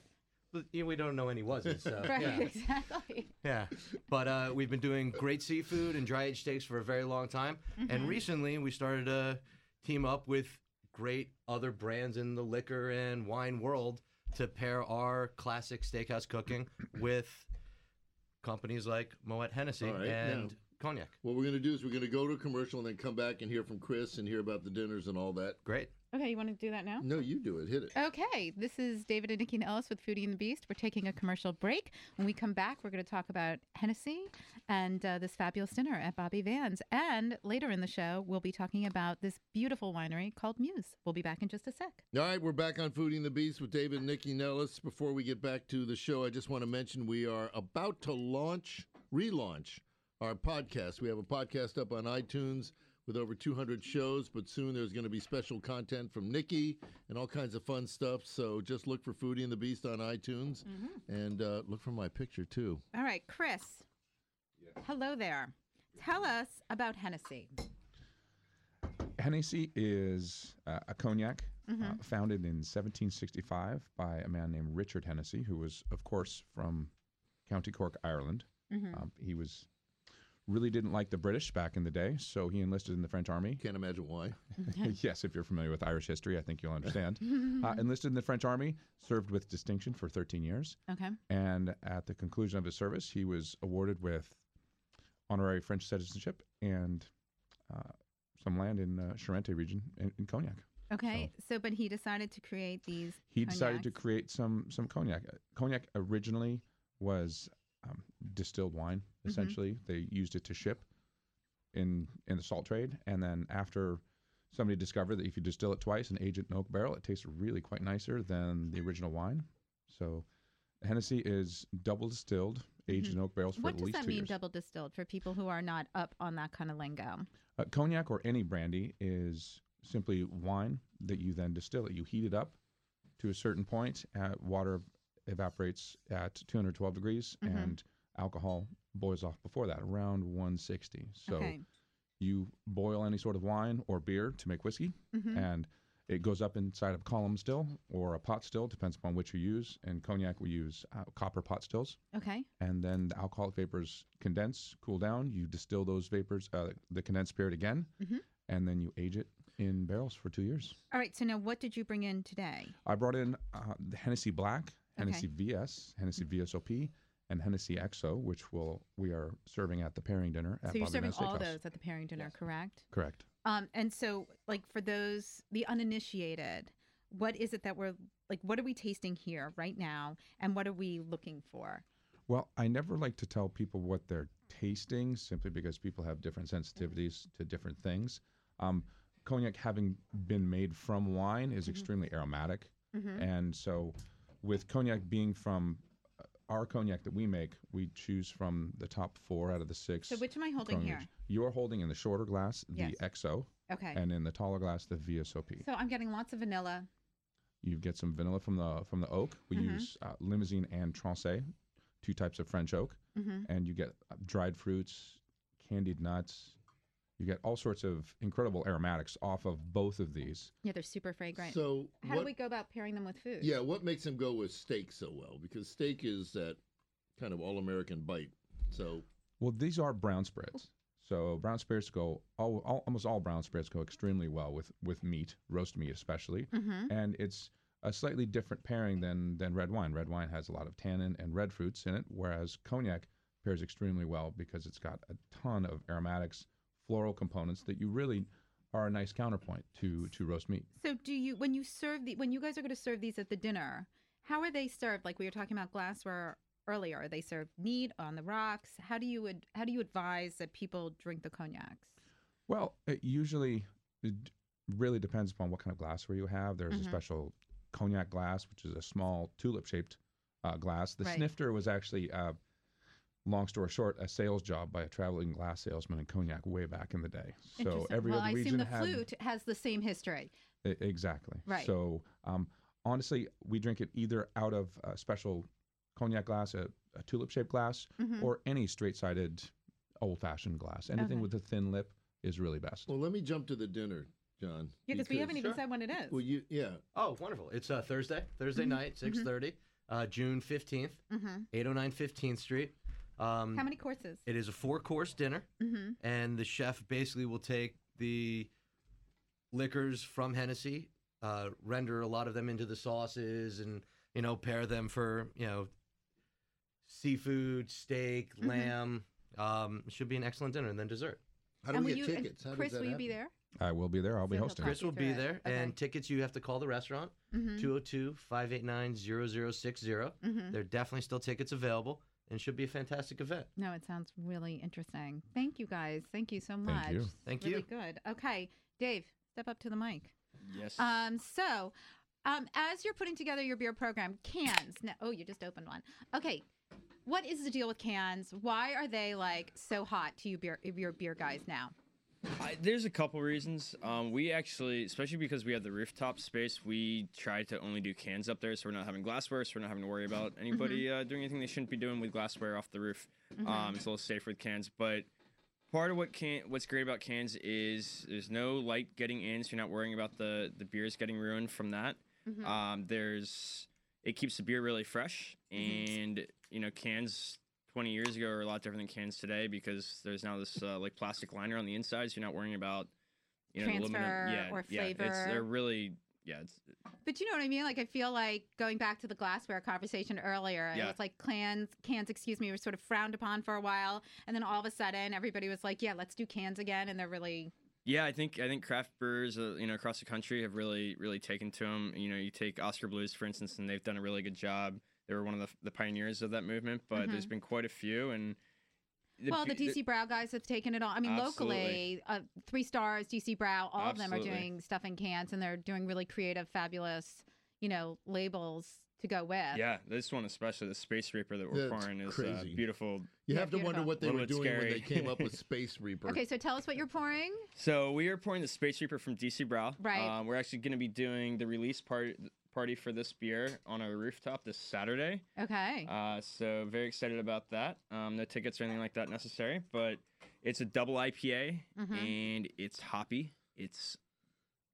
G: But, you know, we don't know any wasn't. So,
B: Right,
G: yeah.
B: exactly.
G: Yeah, but uh, we've been doing great seafood and dry aged steaks for a very long time,
A: Mm-hmm.
G: and recently we started to team up with great other brands in the liquor and wine world to pair our classic steakhouse cooking with companies like Moet Hennessy
A: All right, yeah.
G: and Cognac.
A: What we're going to do is we're going to go to a commercial and then come back and hear from Chris and hear about the dinners and all that.
G: Great.
B: Okay, you want to do that now?
A: No, you do it. Hit it.
B: Okay, this is David and Nikki Ellis with Foodie and the Beast. We're taking a commercial break. When we come back, we're going to talk about Hennessy and uh, this fabulous dinner at Bobby Van's. And later in the show, we'll be talking about this beautiful winery called Muse. We'll be back in just a sec.
A: All right, we're back on Foodie and the Beast with David and Nikki Nellis. Before we get back to the show, I just want to mention we are about to launch, relaunch our podcast. We have a podcast up on iTunes with over 200 shows, but soon there's going to be special content from Nikki and all kinds of fun stuff. So just look for Foodie and the Beast on iTunes
B: Mm-hmm.
A: and uh, look for my picture too.
B: All right, Chris. Hello there. Tell us about Hennessy.
H: Hennessy is uh, a cognac
B: Mm-hmm.
H: uh, founded in 1765 by a man named Richard Hennessy, who was, of course, from County Cork, Ireland.
B: Mm-hmm.
H: Um, he was really didn't like the British back in the day, so he enlisted in the French army.
A: Can't imagine why.
H: yes, if you're familiar with Irish history, I think you'll understand. uh, enlisted in the French army, served with distinction for 13 years,
B: Okay.
H: and at the conclusion of his service, he was awarded with honorary French citizenship and uh, some land in uh, Charente region in, in Cognac.
B: Okay. So, but he decided to create these.
H: He decided to
B: cognacs.
H: create some some cognac. Uh, Cognac originally was um, distilled wine.
B: Mm-hmm.
H: Essentially, they used it to ship in in the salt trade, and then after somebody discovered that if you distill it twice and age it in oak barrel, it tastes really quite nicer than the original wine. So, Hennessy is double distilled, aged in oak barrels for
B: Mm-hmm. What
H: at
B: does
H: least
B: that
H: two
B: mean,
H: years.
B: double distilled, for people who are not up on that kind of lingo?
H: Uh, cognac or any brandy is simply wine that you then distill it. You heat it up to a certain point. Uh, water evaporates at 212 degrees,
B: Mhm.
H: and alcohol boils off before that, around 160. So
B: okay.
H: you boil any sort of wine or beer to make whiskey,
B: Mhm.
H: and it goes up inside of a column still or a pot still, depends upon which you use. And cognac, we use uh, copper pot stills
B: Okay.
H: and then the alcoholic vapors condense, cool down. You distill those vapors, uh, the condensed spirit again,
B: Mhm.
H: and then you age it in barrels for two years.
B: All right. So now, what did you bring in today?
H: I brought in uh, the Hennessy Black, Hennessy VS, Hennessy VSOP, and Hennessy XO, which will we are serving at the pairing dinner at
B: so you're
H: Bobby
B: serving
H: Ben's
B: all
H: Steakhouse.
B: those at the pairing dinner, correct?
H: Correct.
B: Um, and so, like for those the uninitiated, what is it that we're like? What are we tasting here right now, and what are we looking for?
H: Well, I never like to tell people what they're tasting simply because people have different
B: Mm-hmm.
H: sensitivities to different things. Um, cognac, having been made from wine,
B: Mm-hmm.
H: is extremely aromatic. And so, with cognac being from uh, our cognac that we make, we choose from the top four out of the six.
B: So, which am I holding
H: cognacs.
B: here?
H: You're holding in the shorter glass the
B: Yes.
H: XO,
B: Okay.
H: and in the taller glass the VSOP.
B: so I'm getting lots of vanilla.
H: You get some vanilla from the from the oak. We
B: Mhm.
H: use uh, limousine and Trancais, two types of French oak
B: hmm
H: and you get uh, dried fruits, candied nuts. You get all sorts of incredible aromatics off of both of these.
B: Yeah, they're super fragrant.
A: So
B: How
A: what,
B: do we go about pairing them with food?
A: Yeah, what makes him go with steak so well? Because steak is that kind of all American bite. So
H: Well, these are brown spreads. So brown spirits go all, all, almost all brown spirits go extremely well with with meat, roast meat especially,
B: Mm-hmm.
H: and it's a slightly different pairing than than red wine. Red wine has a lot of tannin and red fruits in it, whereas cognac pairs extremely well because it's got a ton of aromatics, floral components that you really are a nice counterpoint to to roast meat.
B: So do you when you serve the when you guys are going to serve these at the dinner? How are they served? Like we were talking about glassware earlier. Are they served neat on the rocks? How do you ad- how do you advise that people drink the cognacs?
H: Well, it usually it really depends upon what kind of glassware you have. There's
B: Mhm.
H: a special cognac glass, which is a small tulip shaped uh, glass. The
B: Right.
H: snifter was actually uh, long story short, a sales job by a traveling glass salesman in Cognac way back in the day. So
B: Interesting.
H: every
B: well,
H: other
B: I
H: region
B: assume the
H: had
B: flute has the same history.
H: E- Exactly.
B: Right.
H: So, um, honestly, we drink it either out of a special cognac glass, a, a tulip shaped glass,
B: Mhm.
H: or any straight sided old fashioned glass. Anything
B: Okay.
H: with a thin lip is really best.
A: Well, let me jump to the dinner, John.
B: Yeah, because we haven't even
G: Sure.
B: said when it is.
A: Well, you yeah. Mm-hmm.
G: Oh, wonderful. It's uh, Thursday, Thursday night, 6.30, uh, June 15th,
B: Mhm.
G: 809 15th Street. Um,
B: How many courses?
G: It is a four-course dinner,
B: Mhm.
G: and the chef basically will take the liquors from Hennessy, uh, render a lot of them into the sauces, and, you know, pair them for, you know, seafood, steak,
B: Mm-hmm.
G: lamb. Um, should be an excellent dinner, and then dessert.
A: How do
B: and
A: we
B: will
A: get
B: you, and
A: tickets? How
B: Chris,
A: does that
B: will you
A: happen?
B: be there?
H: I will be there. I'll be
B: So he'll
H: hosting.
B: talk
H: it.
G: Chris will
B: through
G: be
B: it.
G: there,
B: Okay.
G: and tickets you have to call the restaurant.
B: Mhm.
G: 202-589-0060.
B: Mhm.
G: There are definitely still tickets available and should be a fantastic event.
B: No, it sounds really interesting. Thank you guys. Thank you so much.
H: Thank you.
B: It's
G: Thank
B: really
G: you.
B: good. Okay, Dave, step up to the mic.
D: Yes.
B: Um, so, um, as you're putting together your beer program, cans. Now, oh, you just opened one. Okay, what is the deal with cans? Why are they like so hot to you, beer, your beer guys now?
D: I, there's a couple reasons. Um, we actually, especially because we have the rooftop space, we try to only do cans up there, so we're not having glassware, so we're not having to worry about anybody uh, doing anything they shouldn't be doing with glassware off the roof. Um, it's a little safer with cans, but part of what can what's great about cans is there's no light getting in, so you're not worrying about the the beers getting ruined from that. Um, there's it keeps the beer really fresh,
B: Mm-hmm.
D: and you know cans 20 years ago are a lot different than cans today because there's now this uh, like plastic liner on the inside, so you're not worrying about you know the
B: Transfer
D: aluminum. Yeah,
B: or
D: yeah, it's,
B: flavor.
D: they're really yeah. It's,
B: But you know what I mean? Like, I feel like going back to the glassware conversation earlier,
D: Yeah.
B: it was like cans, cans, excuse me, were sort of frowned upon for a while. And then all of a sudden, everybody was like, yeah, let's do cans again. And they're really,
D: yeah, I think I think craft brewers uh, you know across the country have really really taken to them. You know, you take Oscar Blues for instance, and they've done a really good job. They were one of the, the pioneers of that movement, but there's been quite a few and.
B: Mm-hmm. well, the
D: be-
B: DC Brow guys have taken it on. I mean,
D: Absolutely.
B: locally, uh, three stars, DC Brow, all of them are
D: Absolutely.
B: doing stuff in cans and they're doing really creative, fabulous, you know, labels to go with.
D: Yeah, this one especially, the Space Reaper that we're
A: That's
D: pouring is uh,
A: crazy.
D: beautiful.
A: You
B: Yeah,
A: have to wonder
B: beautiful.
A: what they
D: Little
A: were
D: bit
A: doing when
D: scary.
A: they came up with Space Reaper.
B: Okay, so tell us what you're pouring.
D: So we are pouring the Space Reaper from DC Brow.
B: Right.
D: Um, we're actually going to be doing the release part party for this beer on our rooftop this Saturday.
B: Okay.
D: Uh, so very excited about that. Um, no tickets or anything like that necessary, but it's a double IPA
B: Mhm.
D: and it's hoppy, it's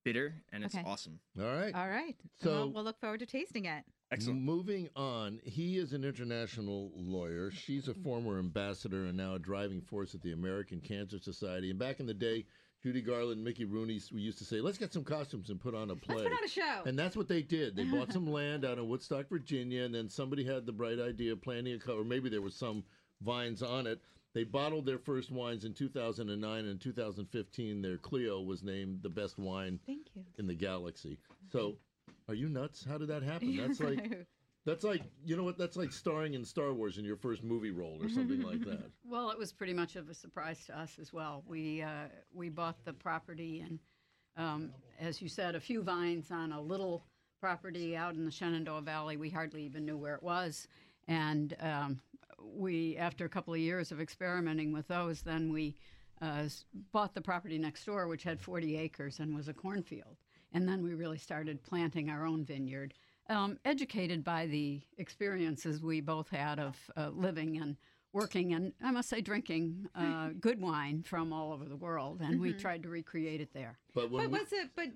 D: bitter, and it's
B: Okay.
D: awesome.
A: All right.
B: all right.
A: so-
B: well, we'll look forward to tasting it.
D: Excellent.
A: Moving on, he is an international lawyer. She's a former ambassador and now a driving force at the American Cancer Society. And back in the day, Judy Garland, Mickey Rooney s- we used to say, "Let's get some costumes and put on a play."
B: Let's put on a show.
A: and that's what they did. They bought some land out in Woodstock, Virginia, and then somebody had the bright idea of planting a cover. Maybe there were some vines on it. They bottled their first wines in 2009 and 2015. Their Clio was named the best wine
B: Thank you.
A: in the galaxy. So, are you nuts? How did that happen? That's like that's like you know what? That's like starring in Star Wars in your first movie role or something like that.
I: Well, it was pretty much of a surprise to us as well. We uh, we bought the property and, um, as you said, a few vines on a little property out in the Shenandoah Valley. We hardly even knew where it was, and um, we, after a couple of years of experimenting with those, then we uh, s- bought the property next door, which had 40 acres and was a cornfield. And then we really started planting our own vineyard, um, educated by the experiences we both had of uh, living and working and I must say drinking uh, good wine from all over the world, and we tried to recreate it there.
A: But when
B: But
A: we,
B: was it? But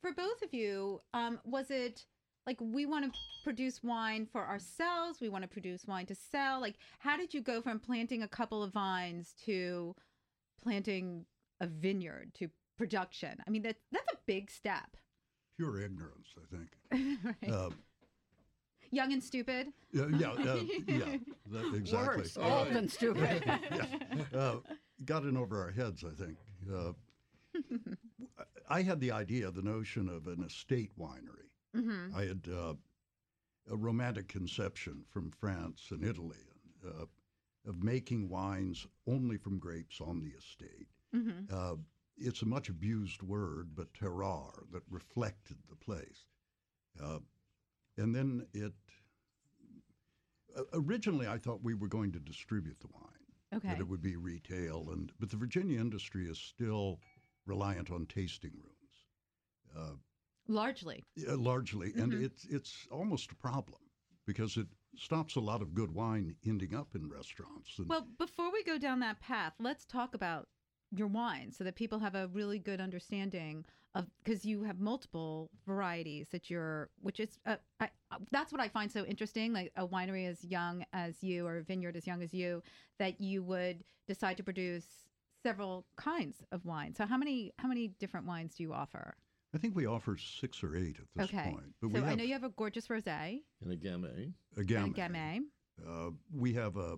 B: for both of you, um, was it like we want to produce wine for ourselves? We want to produce wine to sell. Like, how did you go from planting a couple of vines to planting a vineyard to production? I mean, that that's a big step.
J: Pure ignorance, I think.
B: Right?
J: Uh,
B: Young and stupid.
J: yeah, yeah, uh, yeah that- exactly.
I: Worse,
A: Oh,
I: old and stupid.
J: uh, got in over our heads, I think. Uh, I had the idea, the notion of an estate winery.
B: hmm
J: I had uh, a romantic conception from France and Italy uh, of making wines only from grapes on the estate.
B: hmm
J: Uh, it's a much abused word, but terroir that reflected the place. Uh, and then it, o- originally, I thought we were going to distribute the wine.
E: Okay.
J: that it would be retail and but the Virginia industry is still reliant on tasting rooms uh,
B: largely.
J: uh, largely
B: Mhm.
J: and it's it's almost a problem because it stops a lot of good wine ending up in restaurants and
B: Well, before we go down that path, let's talk about your wine so that people have a really good understanding of because you have multiple varieties that you're which is uh, I, uh, that's what i find so interesting like a winery as young as you or a vineyard as young as you that you would decide to produce several kinds of wine so how many how many different wines do you offer
J: I think we offer six or eight at this
B: okay
J: point but
B: so
J: we have
B: i know you have a gorgeous rosé
A: In a gamay.
J: a
B: and
J: gamut.
B: gamay
J: Uh, we have a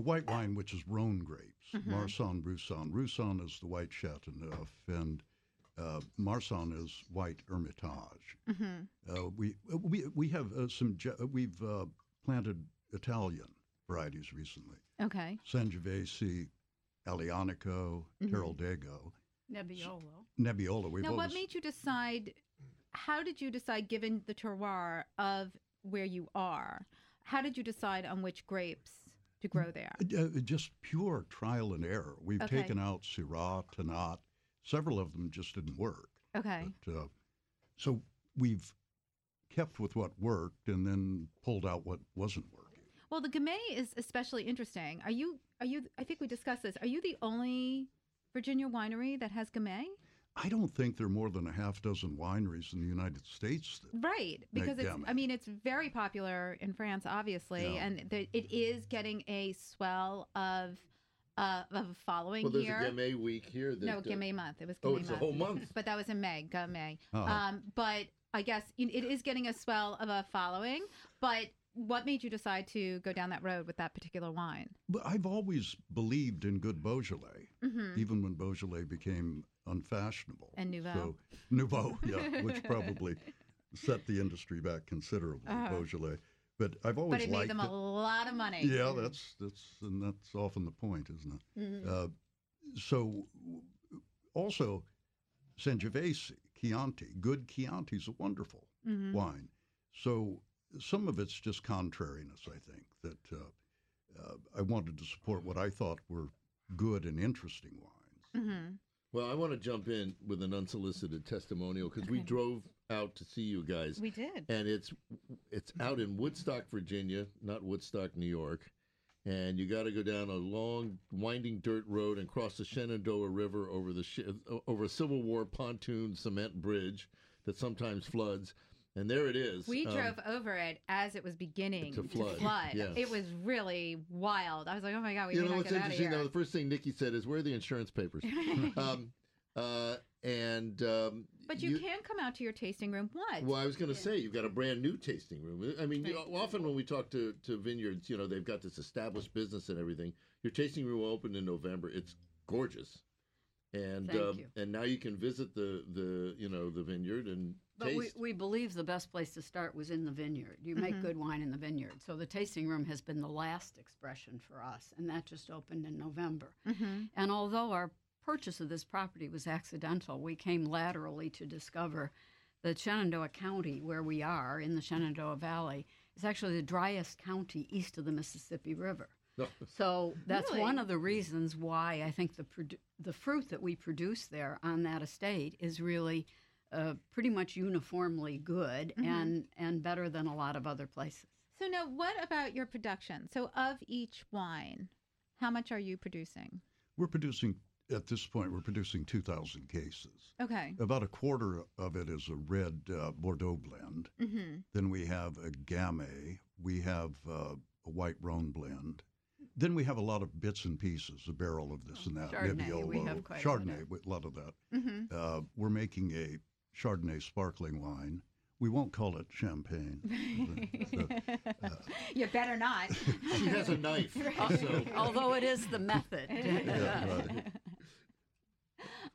J: a white wine which is Rhone grapes,
B: Mhm.
J: Marsan, Roussan. Roussan is the white Chateauneuf, and uh, Marsan is white Hermitage.
B: mm-hmm.
J: Uh, we uh, we we have uh, some. ge- uh, We've uh, planted Italian varieties recently:
B: okay
J: Sangiovese, Alianico,
B: Mhm.
J: Teraldego,
I: Nebbiolo.
J: Nebbiolo. We've
B: now, what
J: always-
B: made you decide? How did you decide, given the terroir of where you are, how did you decide on which grapes to grow there?
J: Uh, uh, just pure trial and error. We've
B: Okay.
J: taken out Syrah, Tanat. Several of them just didn't work.
B: Okay.
J: But, uh, so we've kept with what worked and then pulled out what wasn't working.
B: Well, the Gamay is especially interesting. Are you? Are you? I think we discussed this. Are you the only Virginia winery that has Gamay?
J: I don't think there are more than a half dozen wineries in the United States. That,
B: Right, because it's.
J: Gamay.
B: I mean, it's very popular in France, obviously,
J: Yeah.
B: and the, it is getting a swell of uh, of a following
A: Well, there's
B: here.
A: a gamay week here. That,
B: no,
A: uh,
B: Gamay month. It was Gamay
A: Oh, it's a
B: month.
A: whole month.
B: but that was in May, go May.
J: Uh-huh.
B: Um, but I guess you- it is getting a swell of a following. But what made you decide to go down that road with that particular wine?
J: but I've always believed in good Beaujolais,
B: hmm
J: even when Beaujolais became unfashionable.
B: And Nouveau.
J: So, nouveau, yeah, which probably set the industry back considerably,
B: Uh-huh.
J: Beaujolais. But I've always
B: But it
J: liked
B: made them
J: it.
B: a lot of money.
J: Yeah,
B: Mhm.
J: that's that's and that's often the point, isn't it?
B: Mhm.
J: Uh, so also Sangiovese, Chianti, good Chianti is a wonderful
A: Mm-hmm.
B: Mhm.
J: wine. So some of it's just contrariness, I think. That uh, uh, I wanted to support what I thought were good and interesting wines.
B: Mhm.
E: Mm-hmm.
A: Well, I want to jump in with an unsolicited testimonial because we
B: Okay.
A: drove out to see you guys.
B: We did.
A: and it's it's out in Woodstock, Virginia, not Woodstock, New York. And you got to go down a long, winding dirt road and cross the Shenandoah River over the shi- o- over a Civil War pontoon cement bridge that sometimes floods. And there it is.
B: We
A: Um,
B: drove over it as it was beginning
A: to
B: to flood.
A: flood, yeah.
B: It was really wild. I was like, oh my God, we
A: you
B: need
A: know
B: to
A: what's
B: get out of
A: interesting
B: here.
A: though? The first thing Nikki said is, "Where are the insurance papers?" um, uh, and um,
B: but you, can come out to your tasting room. What?
A: Well, I was going to say you've got a brand new tasting room. I mean, you, often when we talk to, to vineyards, you know, they've got this established business and everything. Your tasting room opened in November. It's gorgeous, and
I: Thank
A: um,
I: you.
A: and now you can visit the the you know the vineyard and
I: But we,
A: taste.
I: we believe the best place to start was in the vineyard. You make good wine in the vineyard. So the tasting room has been the last expression for us, and that just opened in November.
B: Mhm.
I: And although our purchase of this property was accidental, we came laterally to discover that Shenandoah County, where we are in the Shenandoah Valley, is actually the driest county east of the Mississippi River. So that's
B: Really?
I: one of the reasons why I think the produ- the fruit that we produce there on that estate is really uh, pretty much uniformly good and and better than a lot of other places.
B: So now, what about your production? So, of each wine, how much are you producing?
J: We're producing at this point. We're producing two thousand cases.
B: Okay.
J: About a quarter of it is a red uh, Bordeaux blend.
B: Mm-hmm.
J: Then we have a Gamay. We have uh, a White Rhone blend. Then we have a lot of bits and pieces, a barrel of
B: Oh,
J: this and that,
I: Chardonnay, we
J: Nebbiolo,
I: have quite a lot of-
J: Chardonnay, a lot of that.
B: Mm-hmm.
J: Uh, we're making a Chardonnay sparkling wine. We won't call it champagne.
B: you better not.
A: she has a knife. so.
I: Although it is the method.
J: Yeah, right.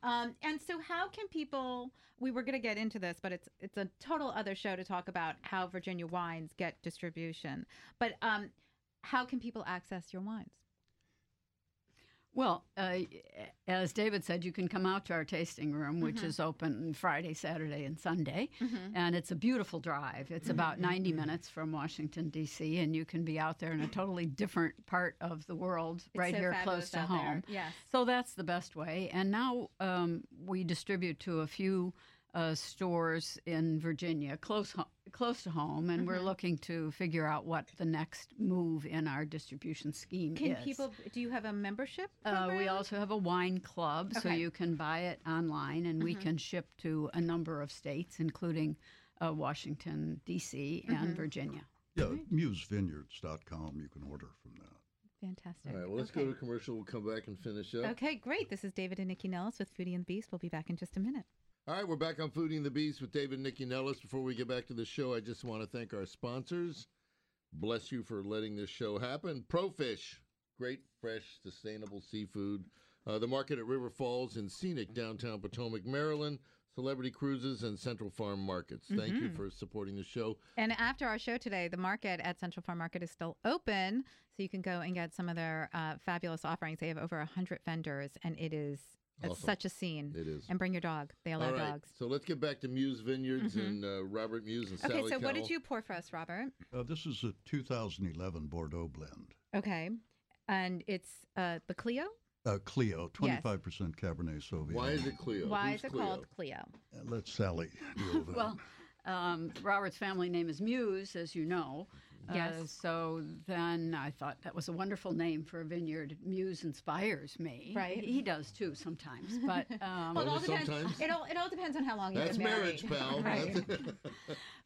B: Um, and so, how can people? We were going to get into this, but it's it's a total other show to talk about how Virginia wines get distribution. But um, how can people access your wines?
I: Well, uh, as David said, you can come out to our tasting room,
B: Mm-hmm.
I: which is open Friday, Saturday, and Sunday. And it's a beautiful drive. It's
B: Mm-hmm.
I: about 90 minutes from Washington, D.C., and you can be out there in a totally different part of the world right
B: so
I: here
B: fabulous
I: close to
B: out there.
I: home.
B: Yes.
I: So that's the best way. And now um, we distribute to a few uh, stores in Virginia, close ho- close to home, and
B: Mm-hmm.
I: we're looking to figure out what the next move in our distribution scheme
B: Can
I: is.
B: people? Do you have a membership?
I: Uh, we
B: program?
I: also have a wine club, so
B: Okay. Mm-hmm.
I: you can buy it online, and we can ship to a number of states, including uh, Washington, D.C.,
B: Mm-hmm.
I: and Virginia.
J: Yeah, musevineyards.com. You can order from that.
B: fantastic.
A: All right, well, let's
B: okay.
A: go to commercial. We'll come back and finish up.
B: Okay, great. This is David and Nikki Nellis with Foodie and the Beast. We'll be back in just a minute.
A: All right, we're back on Foodie and the Beast with David and Nikki Nellis. Before we get back to the show, I just want to thank our sponsors. Bless you for letting this show happen. Profish, great, fresh, sustainable seafood. Uh, the market at River Falls in scenic downtown Potomac, Maryland. Celebrity Cruises and Central Farm Markets. Thank
B: Mm-hmm.
A: you for supporting the show.
B: And after our show today, the market at Central Farm Market is still open, so you can go and get some of their uh, fabulous offerings. They have over hundred vendors, and it is it's
A: Awesome.
B: such a scene.
A: It is.
B: And bring your dog. They allow
A: All right,
B: dogs. Mm-hmm.
A: so let's get back to Muse Vineyards and uh, Robert Muse and
B: Okay,
A: Sally
B: so what did
A: Cowell.
B: you pour for us, Robert?
J: Uh, this is a 2011 Bordeaux blend.
B: Okay, and it's uh, the Clio.
J: Uh, Clio,
B: Yes.
J: 25% Cabernet Sauvignon.
A: Why is it Cleo?
B: Why
A: Who's
B: is it
A: Cleo?
B: called Clio?
J: Uh, Let Sally deal with
I: Well,
J: it.
I: um, Robert's family name is Muse, as you know. Uh,
E: Yes.
I: so then I thought that was a wonderful name for a vineyard. Muse inspires me.
B: Right.
I: He does too sometimes. But um,
A: Well,
B: it all
A: Only
B: depends.
A: sometimes.
B: It all, it all depends on how long
A: That's
B: you've been
A: marriage,
B: married.
A: pal.
B: Right.
A: That's-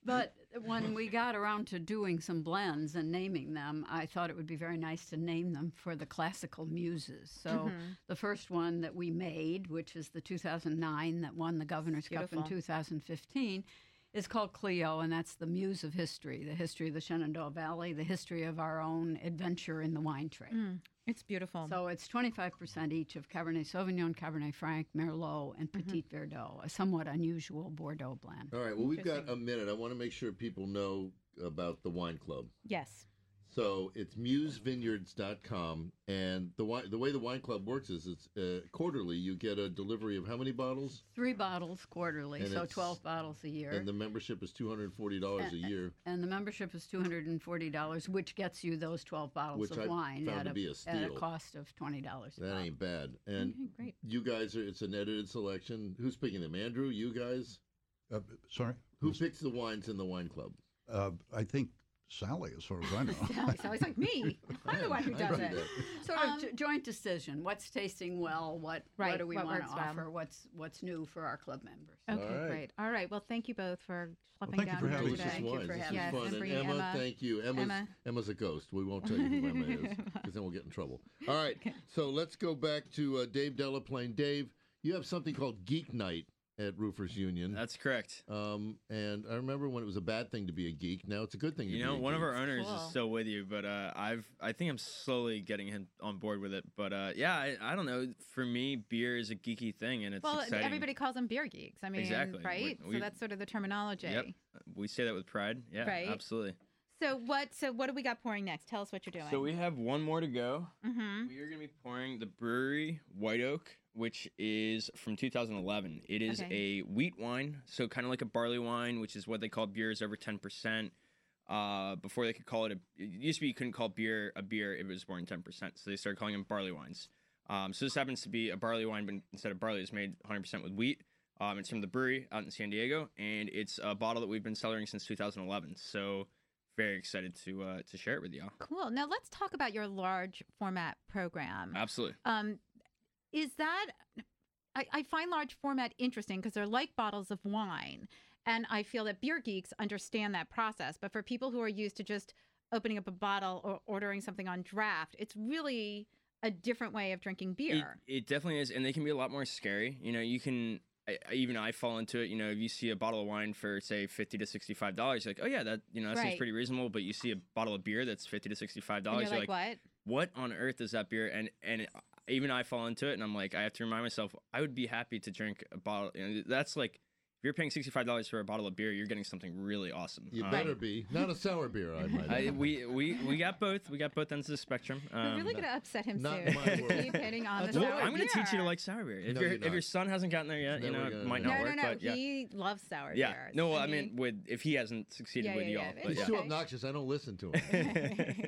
I: But when we got around to doing some blends and naming them, I thought it would be very nice to name them for the classical muses. So
B: Mm-hmm.
I: the first one that we made, which is the 2009 that won the Governor's Cup in
B: beautiful.
I: 2015, is called Clio, and that's the muse of history, the history of the Shenandoah Valley, the history of our own adventure in the wine trade.
B: Mm-hmm. Mm, It's beautiful.
I: So it's 25% each of Cabernet Sauvignon, Cabernet Franc, Merlot,
B: Mm-hmm.
I: and Petit Verdot, a somewhat unusual Bordeaux blend.
A: All right. Well, we've got a minute. I want to make sure people know about the wine club.
B: yes.
A: So it's musevineyards.com, and the wine, the way the wine club works is it's uh, quarterly. You get a delivery of how many bottles,
I: Three bottles quarterly,
A: And
I: so
A: it's-
I: 12 bottles a year.
A: and the membership is two hundred and forty dollars a year.
I: And the membership is $240, which gets you those 12 bottles
A: Which
I: of
A: I
I: wine
A: found
I: at
A: to
I: a,
A: be a
I: at a
A: steal.
I: cost of $20 a
A: That
I: bottle.
A: ain't bad. And
B: Okay, great.
A: you guys are it's an edited selection. Who's picking them? Andrew, you guys.
J: Uh, sorry?
A: Who picks the wines in the wine club?
J: Uh, I think Sally, as far as I know.
B: It's always like me. I'm the one who
A: I
B: does
A: do
B: it.
A: that.
I: Sort of jo- joint decision. What's tasting well? What,
B: Um, Right,
I: what do we
B: what
I: want to
B: works well.
I: offer? What's, what's new for our club members?
B: Okay,
A: All right.
B: great. All right. Well, thank you both for schlepping
J: thank you
B: down
J: for
B: here
J: having us.
B: today.
A: Delicious
I: Thank you
A: wines.
I: for
A: This is
I: having us.
B: Yes,
A: fun.
B: and
A: And
B: bringing
A: Emma,
B: Emma.
A: thank you. Emma's,
B: Emma.
A: Emma's a ghost. We won't tell you who Emma is because then we'll get in trouble. All right. So let's go back to uh, Dave Delaplane. Dave, you have something called Geek Night at Roofers Union.
D: That's correct.
A: um, and I remember when it was a bad thing to be a geek. Now it's a good thing to
D: You
A: be
D: know,
A: a
D: one of
A: geek.
D: our owners
B: Cool.
D: is still with you, but uh, I've I think I'm slowly getting him on board with it. But uh, yeah, I, I don't know. For me, beer is a geeky thing, and it's
B: Well,
D: exciting.
B: everybody calls them beer geeks. I mean,
D: Exactly. We-
B: right? so
D: we-
B: that's sort of the terminology.
D: Yep, we say that with pride. Yeah,
B: Right?
D: absolutely.
B: So what? So what do we got pouring next? Tell us what you're doing.
D: So we have one more to go.
B: hmm
D: We are going to be pouring the brewery White Oak, which is from 2011. It is
B: Okay.
D: a wheat wine, so kind of like a barley wine, which is what they call beers over 10%. Uh, before they could call it a, it used to be you couldn't call beer a beer if it was more than 10%. So they started calling them barley wines. Um, so this happens to be a barley wine, but instead of barley, it's made 100% with wheat. Um, it's from the brewery out in San Diego, and it's a bottle that we've been cellaring since 2011. So very excited to uh, to share it with y'all.
B: Cool. Now let's talk about your large format program.
D: Absolutely.
B: Um, is that I, I find large format interesting because they're like bottles of wine, and I feel that beer geeks understand that process. But for people who are used to just opening up a bottle or ordering something on draft, it's really a different way of drinking
D: It-
B: beer.
D: It, definitely is, and they can be a lot more scary. You know, you can I, I- even I fall into it. You know, if you see a bottle of wine for say fifty to sixty five dollars, like oh yeah, that you know that
B: Right.
D: seems pretty reasonable. But you see a bottle of beer that's fifty to sixty five
B: and
D: dollars,
B: you're like, what?
D: what on earth is that beer? And and even I fall into it, and I'm like, I have to remind myself, I would be happy to drink a bottle. You know, that's like you're paying sixty-five dollars for a bottle of beer, you're getting something really awesome.
A: You
D: Um,
A: better be not a sour beer. I might.
D: I,
A: add.
D: we, we we got both. We got both ends of the spectrum.
B: We're
D: Um,
B: really gonna upset him
A: not
B: soon.
A: my world.
B: Keep hitting on the
D: well,
B: sour
D: I'm gonna teach you to
B: beer.
D: like sour beer. If,
A: No,
D: your
A: you're
D: if your
A: not.
D: son hasn't gotten there yet, you
A: Never
D: know, it
A: gonna-
D: might
B: No,
D: not
B: no,
D: work.
B: no.
D: But yeah,
B: He loves sour
D: yeah.
B: beers.
D: No, I mean, with if he hasn't succeeded
B: Yeah,
D: with
B: yeah,
D: y'all,
B: yeah,
D: but
A: He's
D: yeah.
A: too
B: Okay.
A: obnoxious. I don't listen to him.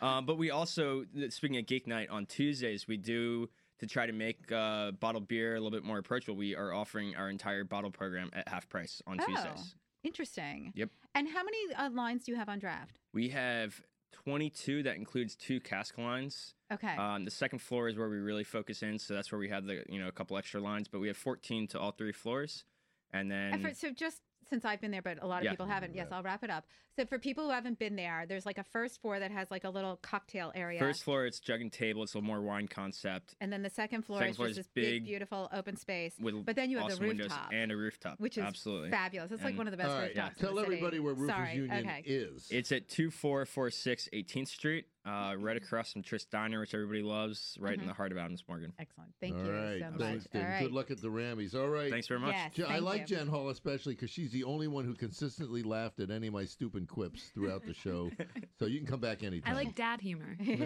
D: Um, but we also, th- speaking of Geek Night, on Tuesdays we do to try to make uh, bottled beer a little bit more approachable. We are offering our entire bottle program at half price on
B: Oh.
D: Tuesdays.
B: interesting.
D: Yep.
B: And how many uh, lines do you have on draft?
D: We have 22 that includes two cask lines.
B: Okay.
D: Um, the second floor is where we really focus in, so that's where we have the you know a couple extra lines. But we have 14 to all three floors, and then
B: And for- so just since I've been there, but a lot of
D: Yeah.
B: people haven't. Yes, I'll wrap it up. So for people who haven't been there, there's like a first floor that has like a little cocktail area.
D: first floor it's jug and table. It's a more wine concept
B: and then the second floor
D: second
B: is
D: floor
B: just
D: is
B: this big,
D: big
B: beautiful open space.
D: with
B: But then you have the
D: awesome windows
B: rooftop,
D: and a rooftop,
B: which is
D: absolutely
B: fabulous. It's like
D: And-
B: one of the best
A: All right.
B: rooftops. in
A: Tell
B: the city.
A: everybody where Roofers
B: Sorry.
A: Union
B: okay.
A: is.
D: It's at 2446 18th Street, uh, right across from Trist Diner, which everybody loves, right in the heart of Adams Morgan.
B: Mm-hmm. Excellent. Thank
A: All
B: you
A: right,
B: so much.
A: thanks,
B: All
A: David.
B: right.
A: Good luck at the Rammies. All right.
D: Thanks very much.
B: Yes,
A: Ja- I
B: thank
A: like
B: you.
A: Jan Hall especially because she's the only one who consistently laughed at any of my stupid quips throughout the show. so you can come back anytime.
E: I like dad humor.
A: That's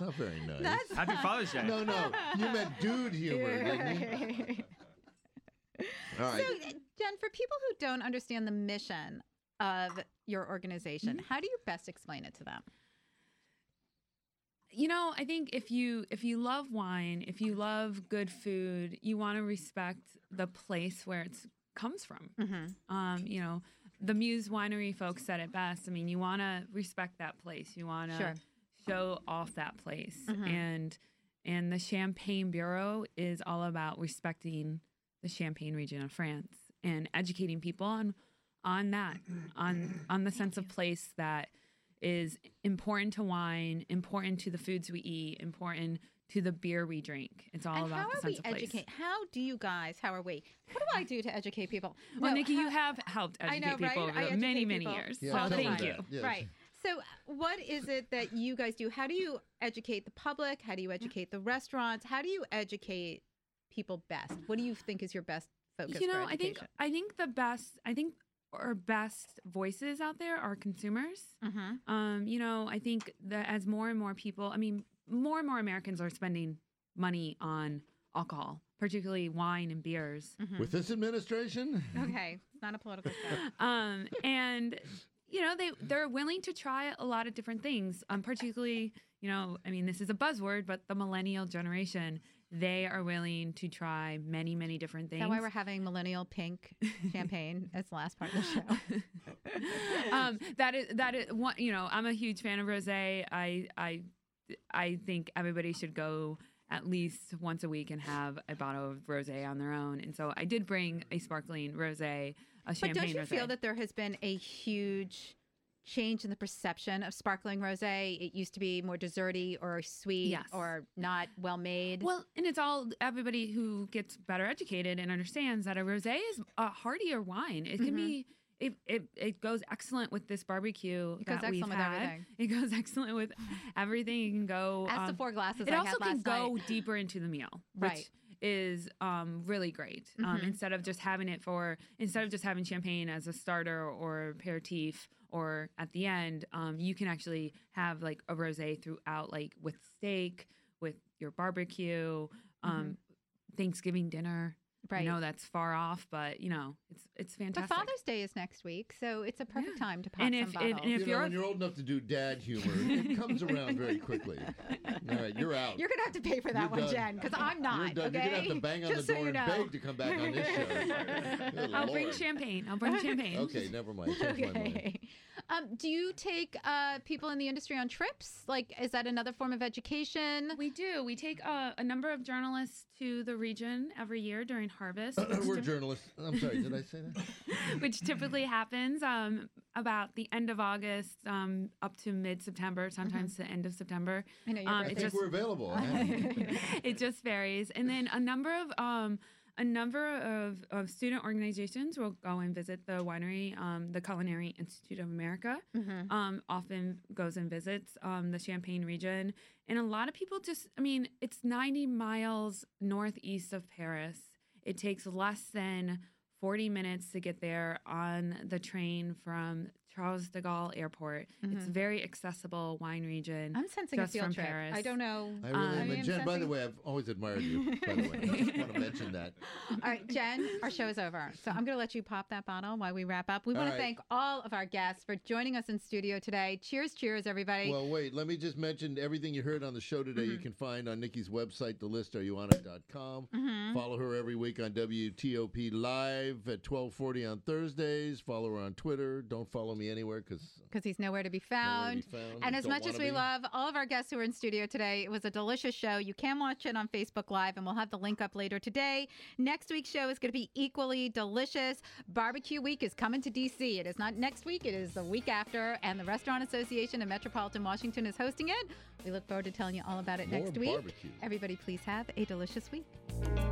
A: not very nice.
D: Happy Father's Day.
A: no, no, you meant dude humor, didn't you? All
B: So,
A: right.
B: Jen, for people who don't understand the mission of your organization,
A: Mm-hmm.
B: how do you best explain it to them?
E: you know i think if you if you love wine if you love good food you want to respect the place where it comes from
B: Mm-hmm.
E: um, you know the muse winery folks said it best i mean you want to respect that place you want to
B: Sure.
E: show off that place
B: Mhm.
E: and and the champagne bureau is all about respecting the champagne region of france and educating people on on that on on the sense of place that is important to wine important to the foods we eat important to the beer we drink it's all
B: and
E: about
B: how
E: the
B: are
E: sense
B: we
E: of place
B: educate? How do you guys? How are we? What do I do to educate people?
E: well,
B: No,
E: Nikki,
B: how-
E: you have helped
B: I
E: educate
B: know,
E: people
B: right?
E: over
B: I
E: the
B: educate
E: many, many
B: people
E: years.
A: Yeah,
E: so
A: tell
E: thank
A: them
E: you.
A: that. Yes.
B: Right. So, what is it that you guys do? How do you educate the public? How do you educate the restaurants? How do you educate people best? What do you think is your best focus?
E: You know,
B: for
E: I think I think the best I think our best voices out there are consumers.
B: hmm
E: Um, you know, I think that as more and more people, I mean, more and more Americans are spending money on alcohol, particularly wine and beers.
A: With this administration,
B: Mm-hmm. Okay, it's not a political stuff.
E: um, and you know they they're willing to try a lot of different things. Um, particularly, you know, I mean, this is a buzzword, but the millennial generation they are willing to try many many different
B: Is
E: things.
B: that why we're having millennial pink champagne as the last part of the show?
E: um, that is that is one. You know, I'm a huge fan of rosé. I I I think everybody should go at least once a week and have a bottle of rosé on their own. And so I did bring a sparkling rosé, a champagne
B: But don't you
E: rosé.
B: feel that there has been a huge change in the perception of sparkling rosé? It used to be more desserty or sweet
E: Yes.
B: or not well made.
E: Well, and it's all everybody who gets better educated and understands that a rosé is a heartier wine. It can
B: Mhm.
E: be. It, it, it goes excellent with this barbecue.
B: It goes
E: that we've
B: excellent with
E: had.
B: everything.
E: It goes excellent with everything. You can go.
B: as
E: um,
B: the four glasses
E: it
B: I
E: also
B: had
E: can
B: last
E: go
B: night.
E: deeper into the meal, which
B: Right.
E: is um, really great. Um,
B: Mhm.
E: instead of just having it for instead of just having champagne as a starter or aperitif or at the end, um, you can actually have like a rosé throughout, like with steak, with your barbecue, um, Thanksgiving dinner.
B: Right.
E: I know that's far off, but you know it's it's
B: but
E: fantastic.
B: Father's Day is next week, so it's a perfect
E: Yeah.
B: time to pop
E: And
B: some
E: if- and-
B: bottles.
E: and if
A: you know,
E: you're-
A: when you're old enough to do dad humor, it comes around very quickly. All right, you're out.
B: You're gonna have to pay for that
A: You're
B: one,
A: done.
B: Jen, because I'm not.
A: You're done.
B: Okay?
A: You're gonna have to bang on
B: Just
A: the
B: so
A: door
B: you know.
A: and beg to come back on this show. Good
E: I'll bring
A: Lord.
E: champagne. I'll bring champagne.
A: Okay, never mind. Change my mind.
B: Okay. Um, do you take uh, people in the industry on trips? Like, is that another form of education?
E: We do. We take uh, a, a number of journalists to the region every year during harvest, which,
A: We're
E: typ-
A: journalists. I'm sorry, did I say that?
E: which typically
B: Mm-hmm.
E: happens um, about the end of August um, up to mid September, sometimes the end of September.
B: Mm-hmm. I know you're
E: Um,
A: I
E: it
A: think
E: just-
A: we're available.
E: it just varies. And then a number of um, a number of, of student organizations will go and visit the winery. Um, the Culinary Institute of America
B: Mhm.
E: um, often goes and visits um, the Champagne region, and a lot of people just. I mean, it's 90 miles northeast of Paris. It takes less than 40 minutes to get there on the train from Charles de Gaulle Airport. It's
B: Mhm.
E: very accessible wine region.
B: I'm sensing a
E: just
B: field
E: from
B: trip. I
E: Paris.
B: don't know. Um,
A: I really
E: I
A: am.
E: am
A: And Jen, by the
B: sensing-
A: way, I've always admired you. By the way, I just want to mention that.
B: All right, Jen, our show is over. So I'm going to let you pop that bottle while we wrap up. We
A: All
B: want
A: right.
B: to thank all of our guests for joining us in studio today. Cheers, cheers, everybody.
A: Well, wait, let me just mention everything you heard on the show today. You can find on Nikki's website, thelistareyouonit.com.
B: Mhm.
A: Follow her every week on WTOP Live at 1240 on Thursdays. Follow her on Twitter. Don't follow me anywhere because
B: because he's nowhere to be found.
A: found.
B: And as
A: Don't
B: much as
A: wanna
B: we
A: be.
B: love all of our guests who were in studio today, it was a delicious show. You can watch it on Facebook Live, and we'll have the link up later today. Next week's show is going to be equally delicious. Barbecue Week is coming to DC. It is not next week, it is the week after, and the Restaurant Association of Metropolitan Washington is hosting it. We look forward to telling you all about it
A: More
B: next week.
A: barbecue.
B: Everybody, please have a delicious week.